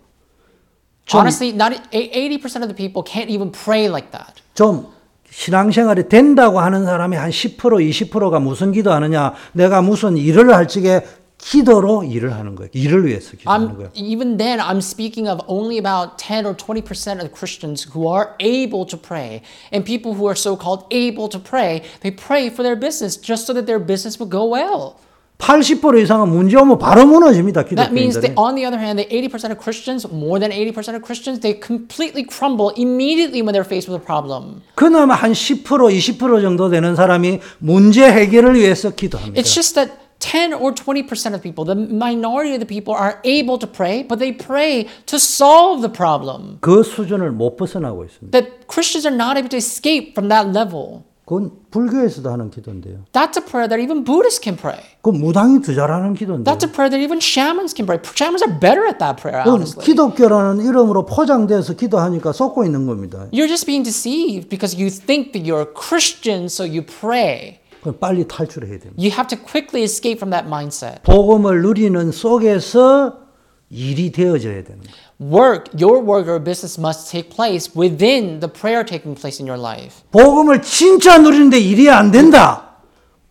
[SPEAKER 2] Honestly, not 80% of the people can't even pray like that.
[SPEAKER 1] 좀 신앙생활이 된다고 하는 사람이 한 10% 20%가 무슨 기도하느냐? 내가 무슨 일을 할 적에 기도로 일을 하는 거예요. 일을 위해서 기도하는
[SPEAKER 2] I'm,
[SPEAKER 1] 거예요.
[SPEAKER 2] even then, I'm speaking of only about 10 or 20% of Christians who are able to pray. And people who are so called able to pray, they pray for their business just so that their business will go well.
[SPEAKER 1] 80% 이상은 문제 오면 바로 무너집니다.
[SPEAKER 2] That means that,
[SPEAKER 1] 기독교인들이.
[SPEAKER 2] on the other hand, the 80% of Christians, more than 80% of Christians, they completely crumble immediately when they're faced with a problem.
[SPEAKER 1] 그나마 한 10% 20% 정도 되는 사람이 문제 해결을 위해서 기도합니다.
[SPEAKER 2] It's just that 10 or 20% of people, the minority of the people, are able to pray, but they pray to solve the problem.
[SPEAKER 1] 그 수준을 못 벗어나고 있습니다.
[SPEAKER 2] That Christians are not able to escape from that level.
[SPEAKER 1] 그건 불교에서도 하는 기도인데요.
[SPEAKER 2] That's a prayer that even Buddhists can pray.
[SPEAKER 1] 그건 무당이 두 잘하는 기도인데요.
[SPEAKER 2] That's a prayer that even shamans can pray. Shamans are better at that prayer,
[SPEAKER 1] 그건
[SPEAKER 2] honestly.
[SPEAKER 1] 기독교라는 이름으로 포장돼서 기도하니까 속고 있는 겁니다.
[SPEAKER 2] You're just being deceived because you think that you're a Christian, so you pray.
[SPEAKER 1] 그건 빨리 탈출해야 됩니다.
[SPEAKER 2] You have to quickly escape from that mindset.
[SPEAKER 1] 복음을 누리는 속에서 일이 되어져야 되는 거예요.
[SPEAKER 2] Work, your work or business must take place within the prayer taking place in your life.
[SPEAKER 1] 복음을 진짜 누리는데 일이 안 된다.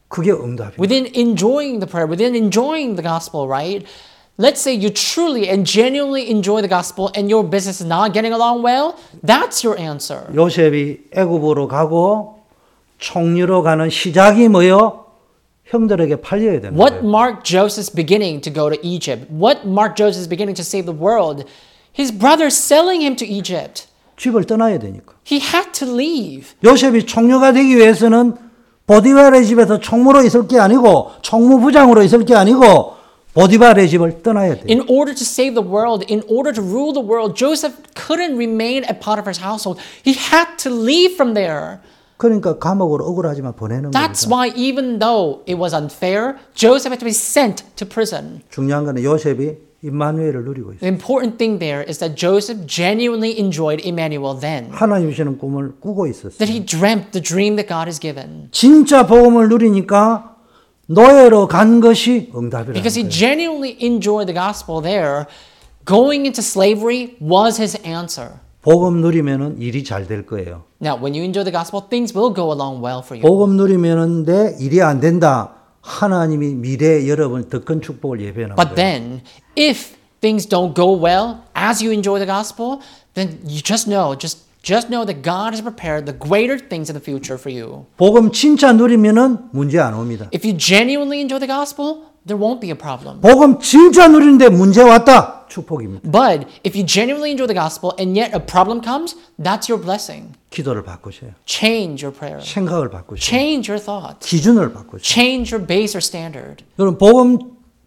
[SPEAKER 1] 그게 응답이에요.
[SPEAKER 2] Within enjoying the prayer, within enjoying the gospel, right? Let's say you truly and genuinely enjoy the gospel and your business is not getting along well. That's your answer.
[SPEAKER 1] 요셉이 애굽으로 가고 총리로 가는 시작이 뭐요? 형들에게 팔려야 되는
[SPEAKER 2] What
[SPEAKER 1] 거예요.
[SPEAKER 2] marked Joseph's beginning to go to Egypt? What marked Joseph's beginning to save the world? His brothers selling him to Egypt.
[SPEAKER 1] 집을 떠나야 되니까.
[SPEAKER 2] He had to leave.
[SPEAKER 1] 요셉이 총리가 되기 위해서는 보디발의 집에서 총무로 있을 게 아니고 총무부장으로 있을 게 아니고 보디발의 집을 떠나야 돼요.
[SPEAKER 2] In order to save the world, in order to rule the world, Joseph couldn't remain at Potiphar's household. He had to leave from there.
[SPEAKER 1] 그러니까 감옥으로 억울하지만 보내는 거예요.
[SPEAKER 2] That's why, even though it was unfair, Joseph had to be sent to prison.
[SPEAKER 1] 중요한 거는 요셉이 임마누엘을 누리고 있어요.
[SPEAKER 2] The important thing there is that Joseph genuinely enjoyed Emmanuel then,
[SPEAKER 1] 하나님 주시는 꿈을 꾸고 있었어요.
[SPEAKER 2] that he dreamt the dream that God has given.
[SPEAKER 1] 진짜 복음을 누리니까 노예로 간 것이 응답이라는
[SPEAKER 2] Because
[SPEAKER 1] 거예요.
[SPEAKER 2] he genuinely enjoyed the gospel there, going into slavery was his answer.
[SPEAKER 1] 복음 누리면은 일이 잘 될 거예요.
[SPEAKER 2] Now, when you enjoy the gospel, things will go along well for you.
[SPEAKER 1] 복음 누리면은 내 일이 안 된다. 하나님이 미래 여러분 더 큰 축복을 예배하는 거예요.
[SPEAKER 2] But then, if things don't go well as you enjoy the gospel, then you just know, just just know that God has prepared the greater things in the future for you.
[SPEAKER 1] 복음 진짜 누리면은 문제 안 옵니다.
[SPEAKER 2] If you genuinely enjoy the gospel, there won't be a problem.
[SPEAKER 1] 복음 진짜 누리는데 문제 왔다. 축복입니다.
[SPEAKER 2] But if you genuinely enjoy the gospel and yet a problem comes, that's your blessing.
[SPEAKER 1] 기도를 바꾸세요.
[SPEAKER 2] Change your prayer.
[SPEAKER 1] 생각을 바꾸세요.
[SPEAKER 2] Change your thought.
[SPEAKER 1] 기준을 바꾸세요.
[SPEAKER 2] Change your base or standard.
[SPEAKER 1] 여러분 복음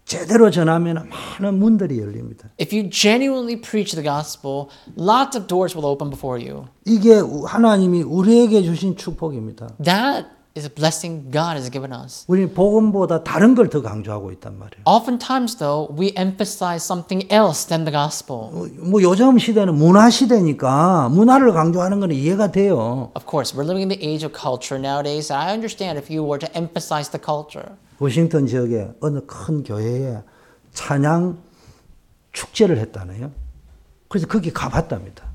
[SPEAKER 1] 제대로 전하면 많은 문들이 열립니다.
[SPEAKER 2] If you genuinely preach the gospel, lots of doors will open before you.
[SPEAKER 1] 이게 우- 하나님이 우리에게 주신 축복입니다.
[SPEAKER 2] That is a blessing God has given us.
[SPEAKER 1] 우리는 복음보다 다른 걸 더 강조하고 있단 말이에요.
[SPEAKER 2] Oftentimes, though, we emphasize something else than the gospel.
[SPEAKER 1] 어, 뭐 요즘 시대는 문화 시대니까 문화를 강조하는 건 이해가 돼요.
[SPEAKER 2] Of course, we're living in the age of culture nowadays. and I understand if you were to emphasize the culture.
[SPEAKER 1] 워싱턴 지역의 어느 큰 교회에 찬양 축제를 했다네요. 그래서 거기 가봤답니다.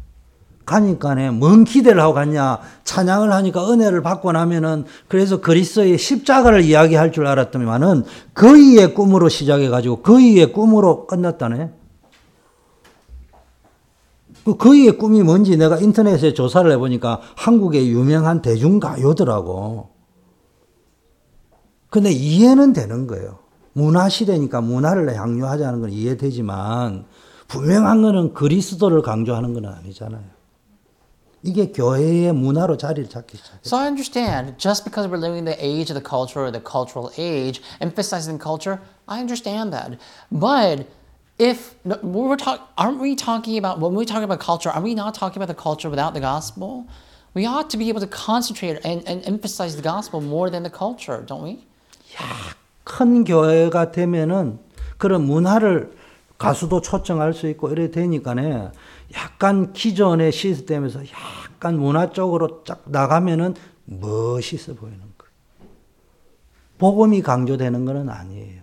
[SPEAKER 1] 가니까네 뭔 기대를 하고 갔냐 찬양을 하니까 은혜를 받고 나면은 그래서 그리스도의 십자가를 이야기할 줄 알았더니만은 그이의 꿈으로 시작해 가지고 그이의 꿈으로 끝났다네. 그 그이의 꿈이 뭔지 내가 인터넷에 조사를 해보니까 한국의 유명한 대중가요더라고. 근데 이해는 되는 거예요. 문화 시대니까 문화를 향유하자는 건 이해되지만 분명한 거는 그리스도를 강조하는 건 아니잖아요. 이게 교회의 문화로 자리를 잡기 시작해요.
[SPEAKER 2] So I understand, just because we're living in the age of the culture or the cultural age, emphasizing culture, I understand that. But if no, we're talk, aren't we talking about when we talk about culture, are we not talking about the culture without the gospel? We ought to be able to concentrate and, and emphasize the gospel more than the culture, don't we?
[SPEAKER 1] 큰 교회가 되면은 그런 문화를 가수도 초청할 수 있고 이래 되니까네 약간 기존의 시스템에서 약간 문화 쪽으로 쫙 나가면은 멋있어 보이는 거예요. 복음이 강조되는 건 아니에요.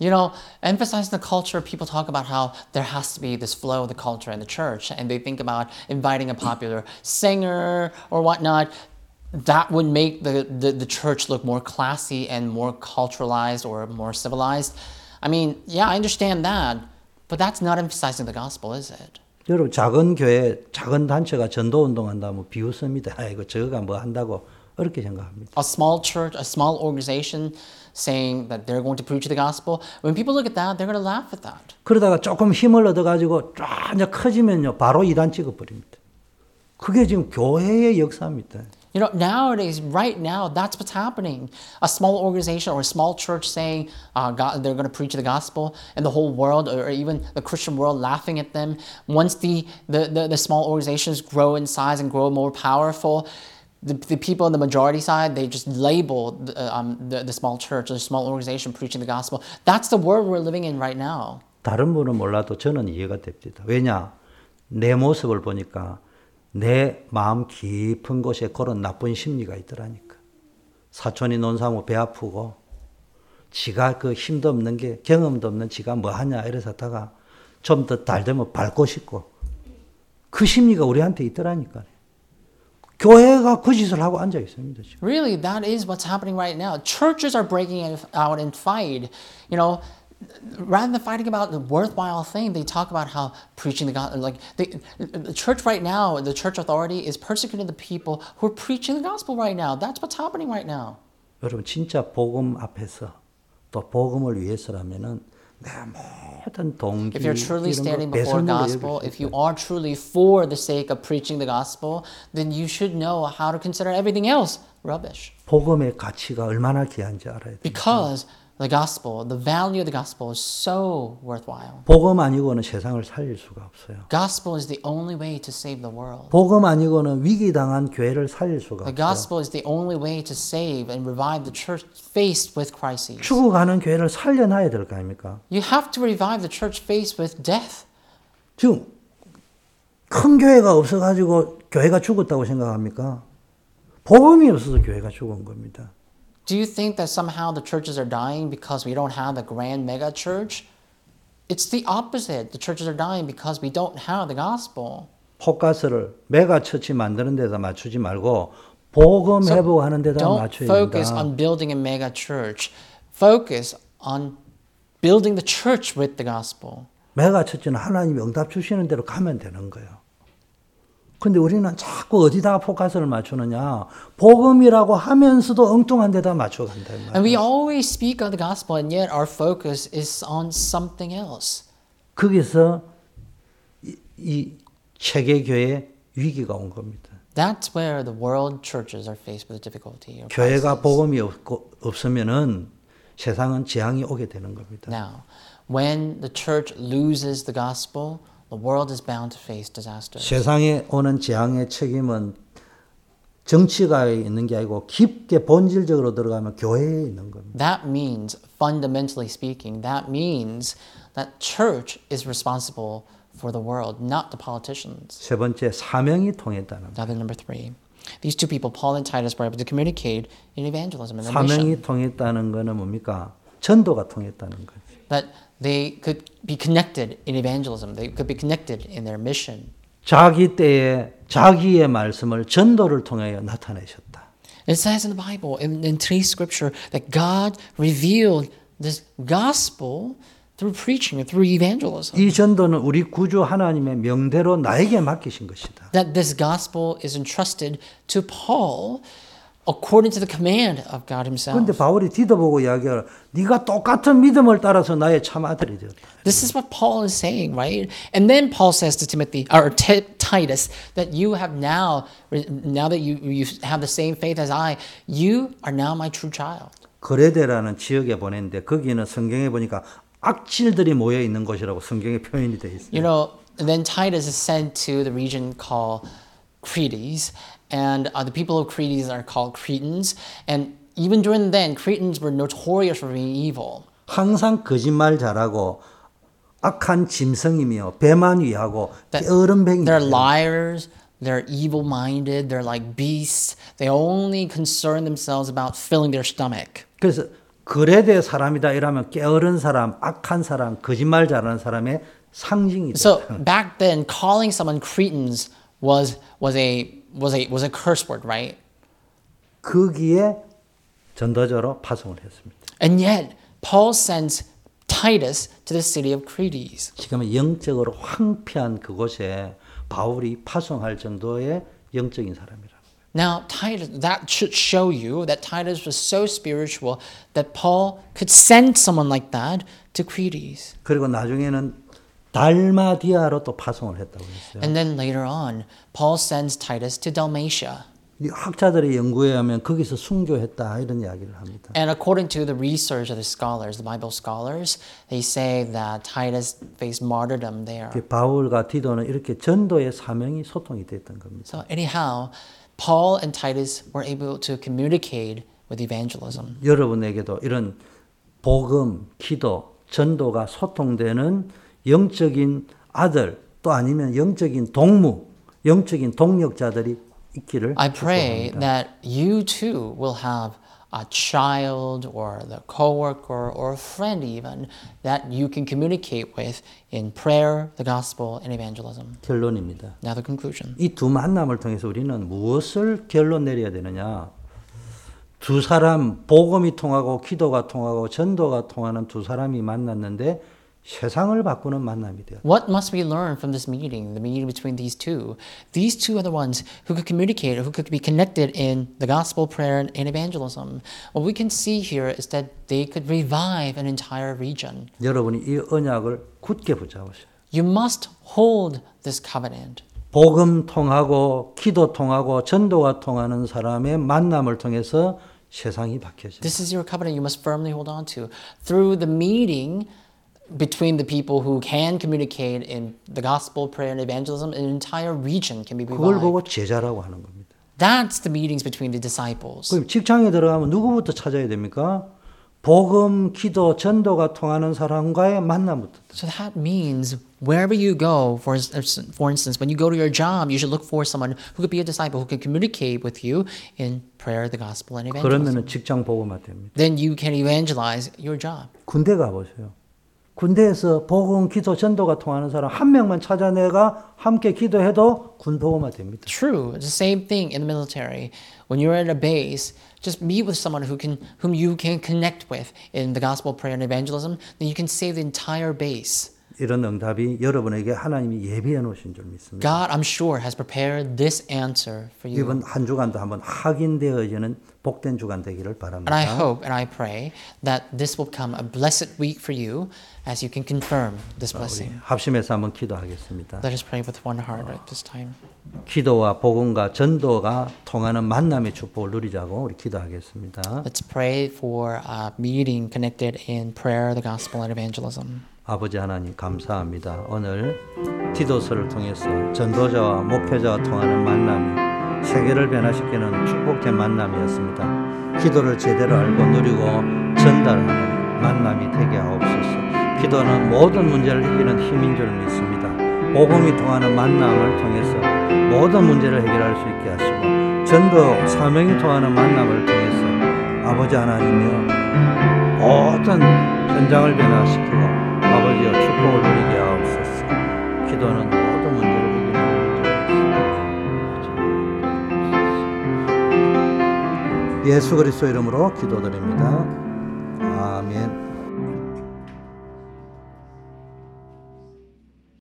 [SPEAKER 2] You know, emphasizing the culture, people talk about how there has to be this flow of the culture in the church, and they think about inviting a popular singer or whatnot. That would make the, the, the church look more classy and more culturalized or more civilized. I mean, yeah, I understand that, but that's not emphasizing the gospel, is it?
[SPEAKER 1] 여러분 작은 교회, 작은 단체가 전도 운동한다면 뭐 비웃습니다. 아이고 저거가 뭐 한다고 그렇게 생각합니다.
[SPEAKER 2] A small church, a small organization saying that they're going to preach the gospel, when people look at that, they're going to laugh at that.
[SPEAKER 1] 그러다가 조금 힘을 얻어가지고 쫙 이제 커지면요 바로 이단 찍어버립니다. 그게 지금 교회의 역사입니다.
[SPEAKER 2] You know, nowadays, right now, that's what's happening. A small organization or a small church saying uh, God, they're going to preach the gospel, and the whole world, or even the Christian world, laughing at them. Once the, the, the, the small organizations grow in size and grow more powerful, the, the people on the majority side, they just label the, uh, um, the, the small church or the small organization preaching the gospel. That's the world we're living in right now.
[SPEAKER 1] 다른 분은 몰라도 저는 이해가 됩니다. 왜냐 내 모습을 보니까 내 마음 깊은 곳에 그런 나쁜 심리가 있더라니까. 사촌이 논사모 배 아프고 지가 그 힘도 없는 게 경험도 없는 지가 뭐 하냐 이래서다가 좀 더 달되면 밟고 싶고 그 심리가 우리한테 있더라니까. 교회가 그 짓을 하고 앉아 있습니다. 지금.
[SPEAKER 2] Really, that is what's happening right now. Churches are breaking it out and fight. You know, rather than fighting about the worthwhile thing, they talk about how preaching the gospel. Like they, the church right now, the church authority is persecuting the people who are preaching the gospel right now. That's what's happening right now.
[SPEAKER 1] 여러분 진짜 복음 앞에서 또 복음을 위해서라면은 내 모든 동기
[SPEAKER 2] If you're truly
[SPEAKER 1] 이런
[SPEAKER 2] standing
[SPEAKER 1] 거
[SPEAKER 2] before
[SPEAKER 1] 배설물로 여길 수
[SPEAKER 2] gospel, if you
[SPEAKER 1] 있어요.
[SPEAKER 2] are truly for the sake of preaching the gospel, then you should know how to consider everything else rubbish.
[SPEAKER 1] Mm-hmm. 복음의 가치가 얼마나 귀한지 알아야 돼.
[SPEAKER 2] Because the gospel, the value of the gospel is so worthwhile.
[SPEAKER 1] 복음 아니고는 세상을 살릴 수가 없어요.
[SPEAKER 2] gospel is the only way to save the world.
[SPEAKER 1] 복음 아니고는 위기 당한 교회를 살릴 수가
[SPEAKER 2] The
[SPEAKER 1] 없어요.
[SPEAKER 2] gospel is the only way to save and revive the church faced with crises.
[SPEAKER 1] 죽어가는 교회를 살려놔야 될 거 아닙니까?
[SPEAKER 2] You have to revive the church faced with death.
[SPEAKER 1] 지금 큰 교회가 없어가지고 교회가 죽었다고 생각합니까? 복음이 없어서 교회가 죽은 겁니다.
[SPEAKER 2] Do you think that somehow the churches are dying because we don't have the grand mega church? It's the opposite. The churches are dying because we don't have the gospel.
[SPEAKER 1] 포커스를 메가처치 만드는 데다 맞추지 말고 복음
[SPEAKER 2] So
[SPEAKER 1] 회복하는 데다
[SPEAKER 2] Don't
[SPEAKER 1] 맞춰야
[SPEAKER 2] focus
[SPEAKER 1] 된다.
[SPEAKER 2] on building a mega church. Focus on building the church with the gospel.
[SPEAKER 1] 메가처치는 하나님이 응답 주시는 대로 가면 되는 거예요. 근데 우리는 자꾸 어디다가 포커스를 맞추느냐? 복음이라고 하면서도 엉뚱한 데다 맞춰간다 이
[SPEAKER 2] And
[SPEAKER 1] 말이에요.
[SPEAKER 2] we always speak of the gospel, and yet our focus is on something else.
[SPEAKER 1] 거기서 이 체계교회 위기가 온 겁니다.
[SPEAKER 2] That's where the world churches are faced with difficulty. Or
[SPEAKER 1] 교회가
[SPEAKER 2] crisis.
[SPEAKER 1] 복음이 없고, 없으면은 세상은 재앙이 오게 되는 겁니다.
[SPEAKER 2] Now, when the church loses the gospel, the world is bound to face disaster.
[SPEAKER 1] 세상에 오는 재앙의 책임은 정치가에 있는 게 아니고 깊게 본질적으로 들어가면 교회에 있는 겁니다.
[SPEAKER 2] That means, fundamentally speaking, that means that church is responsible for the world, not the politicians.
[SPEAKER 1] 세 번째 사명이 통했다는 거.
[SPEAKER 2] Now, then, number three. These two people, Paul and Titus, were able to communicate in evangelism and their mission.
[SPEAKER 1] 사명이 통했다는 거는 뭡니까? 전도가 통했다는 거예요.
[SPEAKER 2] That they could be connected in evangelism, they could be connected in their mission.
[SPEAKER 1] 자기 때에 자기의 말씀을 전도를 통하여 나타내셨다.
[SPEAKER 2] It says in the Bible, in, in today's scripture, that God revealed this gospel through preaching, through evangelism.
[SPEAKER 1] 이 전도는 우리 구주 하나님의 명대로 나에게 맡기신 것이다.
[SPEAKER 2] That this gospel is entrusted to Paul according to the command of God Himself.
[SPEAKER 1] 그런데 바울이 뒤져보고 이야기하라. 네가 똑같은 믿음을 따라서 나의 참 아들이 되었다.
[SPEAKER 2] This is what Paul is saying, right? And then Paul says to Timothy or Ti- Titus that you have now, now that you, you have the same faith as I, you are now my true child.
[SPEAKER 1] 거레데라는 지역에 보냈는데 거기는 성경에 보니까 악질들이 모여 있는 곳이라고 성경에 표현이 돼 있어요.
[SPEAKER 2] You know, and then Titus is sent to the region called Cretes, and uh, the people of Cretes are called Cretans. And even during then, Cretans were notorious for being evil.
[SPEAKER 1] 항상 거짓말 잘하고 악한 짐승이며 배만 위하고 게으름뱅이
[SPEAKER 2] They're liars. They're evil-minded. They're like beasts. They only concern themselves about filling their stomach.
[SPEAKER 1] 그래서 거레데 사람이다 이러면 게으른 사람, 악한 사람, 거짓말 잘하는 사람의 상징이 돼.
[SPEAKER 2] So back then, calling someone Cretans was was a was a was a curse word, right?
[SPEAKER 1] 거기에 전도자로 파송을 했습니다.
[SPEAKER 2] And yet, Paul sends Titus to the city of Cretes.
[SPEAKER 1] 지금 영적으로 황폐한 그곳에 바울이 파송할 정도의 영적인 사람이라.
[SPEAKER 2] Now, Titus, that should show you that Titus was so spiritual that Paul could send someone like that to Cretes.
[SPEAKER 1] 그리고 나중에는 달마디아로 또 파송을 했다고 했어요.
[SPEAKER 2] And then later on, Paul sends Titus to Dalmatia.
[SPEAKER 1] 이 학자들의 연구에 하면 거기서 순교했다 이런 이야기를 합니다.
[SPEAKER 2] And according to the research of the scholars, the Bible scholars, they say that Titus faced martyrdom there.
[SPEAKER 1] 이렇게 바울과 디도는 이렇게 전도의 사명이 소통이 됐던 겁니다.
[SPEAKER 2] So, anyhow, Paul and Titus were able to communicate with evangelism.
[SPEAKER 1] 여러분에게도 이런 복음, 기도, 전도가 소통되는 영적인 아들 또 아니면 영적인 동무, 영적인 동력자들이 있기를
[SPEAKER 2] I pray
[SPEAKER 1] 축복합니다.
[SPEAKER 2] that you too will have a child or the coworker or a friend even that you can communicate with in prayer, the gospel, and evangelism.
[SPEAKER 1] 결론입니다.
[SPEAKER 2] Now the conclusion.
[SPEAKER 1] 이 두 만남을 통해서 우리는 무엇을 결론 내려야 되느냐? 두 사람 복음이 통하고 기도가 통하고 전도가 통하는 두 사람이 만났는데 세상을 바꾸는 만남이 되었다.
[SPEAKER 2] What must we learn from this meeting, the meeting between these two? These two are the ones who could communicate, who could be connected in the gospel, prayer, and evangelism. What we can see here is that they could revive an entire region.
[SPEAKER 1] 여러분이 이 언약을 굳게 붙잡으세요.
[SPEAKER 2] You must hold this covenant.
[SPEAKER 1] 복음 통하고 기도 통하고 전도가 통하는 사람의 만남을 통해서 세상이 바뀌어집니다.
[SPEAKER 2] This is your covenant you must firmly hold on to. Through the meeting between the people who can communicate in the gospel, prayer, and evangelism, an entire region can be
[SPEAKER 1] 그걸
[SPEAKER 2] revived.
[SPEAKER 1] 보고 제자라고 하는 겁니다.
[SPEAKER 2] That's the meetings between the disciples.
[SPEAKER 1] 그럼 직장에 들어가면 누구부터 찾아야 됩니까? 복음, 기도, 전도가 통하는 사람과의 만남부터.
[SPEAKER 2] So that means wherever you go, for, ins- uh, for instance, when you go to your job, you should look for someone who could be a disciple, who could communicate with you in prayer, the gospel, and evangelism.
[SPEAKER 1] 그러면은 직장 복음화 됩니다.
[SPEAKER 2] Then you can evangelize your job.
[SPEAKER 1] 군대 가보세요. 군대에서 복음, 기도, 전도가 통하는 사람 한 명만 찾아내가 함께 기도해도 군 복음화 됩니다.
[SPEAKER 2] True, it's the same thing in the military. When you're at a base, just meet with someone who can, whom you can connect with in the gospel, prayer, and evangelism. Then you can save the entire base.
[SPEAKER 1] 이런 응답이 여러분에게 하나님이 예비해 놓으신 줄 믿습니다.
[SPEAKER 2] God, I'm sure, has prepared this answer for you.
[SPEAKER 1] 이번 한 주간도 한번 확인되어지는 복된 주간 되기를
[SPEAKER 2] And I
[SPEAKER 1] 바랍니다.
[SPEAKER 2] hope and I pray that this will become a blessed week for you as you can confirm this
[SPEAKER 1] 우리
[SPEAKER 2] blessing.
[SPEAKER 1] 합심해서 한번 기도하겠습니다.
[SPEAKER 2] Let us pray with one heart at this time.
[SPEAKER 1] 기도와 복음과 전도가 통하는 만남의 축복을 누리자고 우리 기도하겠습니다.
[SPEAKER 2] Let's pray for a meeting connected in prayer, the gospel, and evangelism.
[SPEAKER 1] 아버지 하나님 감사합니다. 오늘 디도서를 통해서 전도자와 목회자와 통하는 만남이 세계를 변화시키는 축복된 만남이었습니다. 기도를 제대로 알고 누리고 전달하는 만남이 되게 하옵소서. 기도는 모든 문제를 이기는 힘인 줄 믿습니다. 복음이 통하는 만남을 통해서 모든 문제를 해결할 수 있게 하시고 전도 사명이 통하는 만남을 통해서 아버지 하나님이여 모든 현장을 변화시키고 아버지여 축복을 누리게 하옵소서 기도는 모든 문제를 이기는 예수 그리스도 이름으로 기도드립니다. 아멘.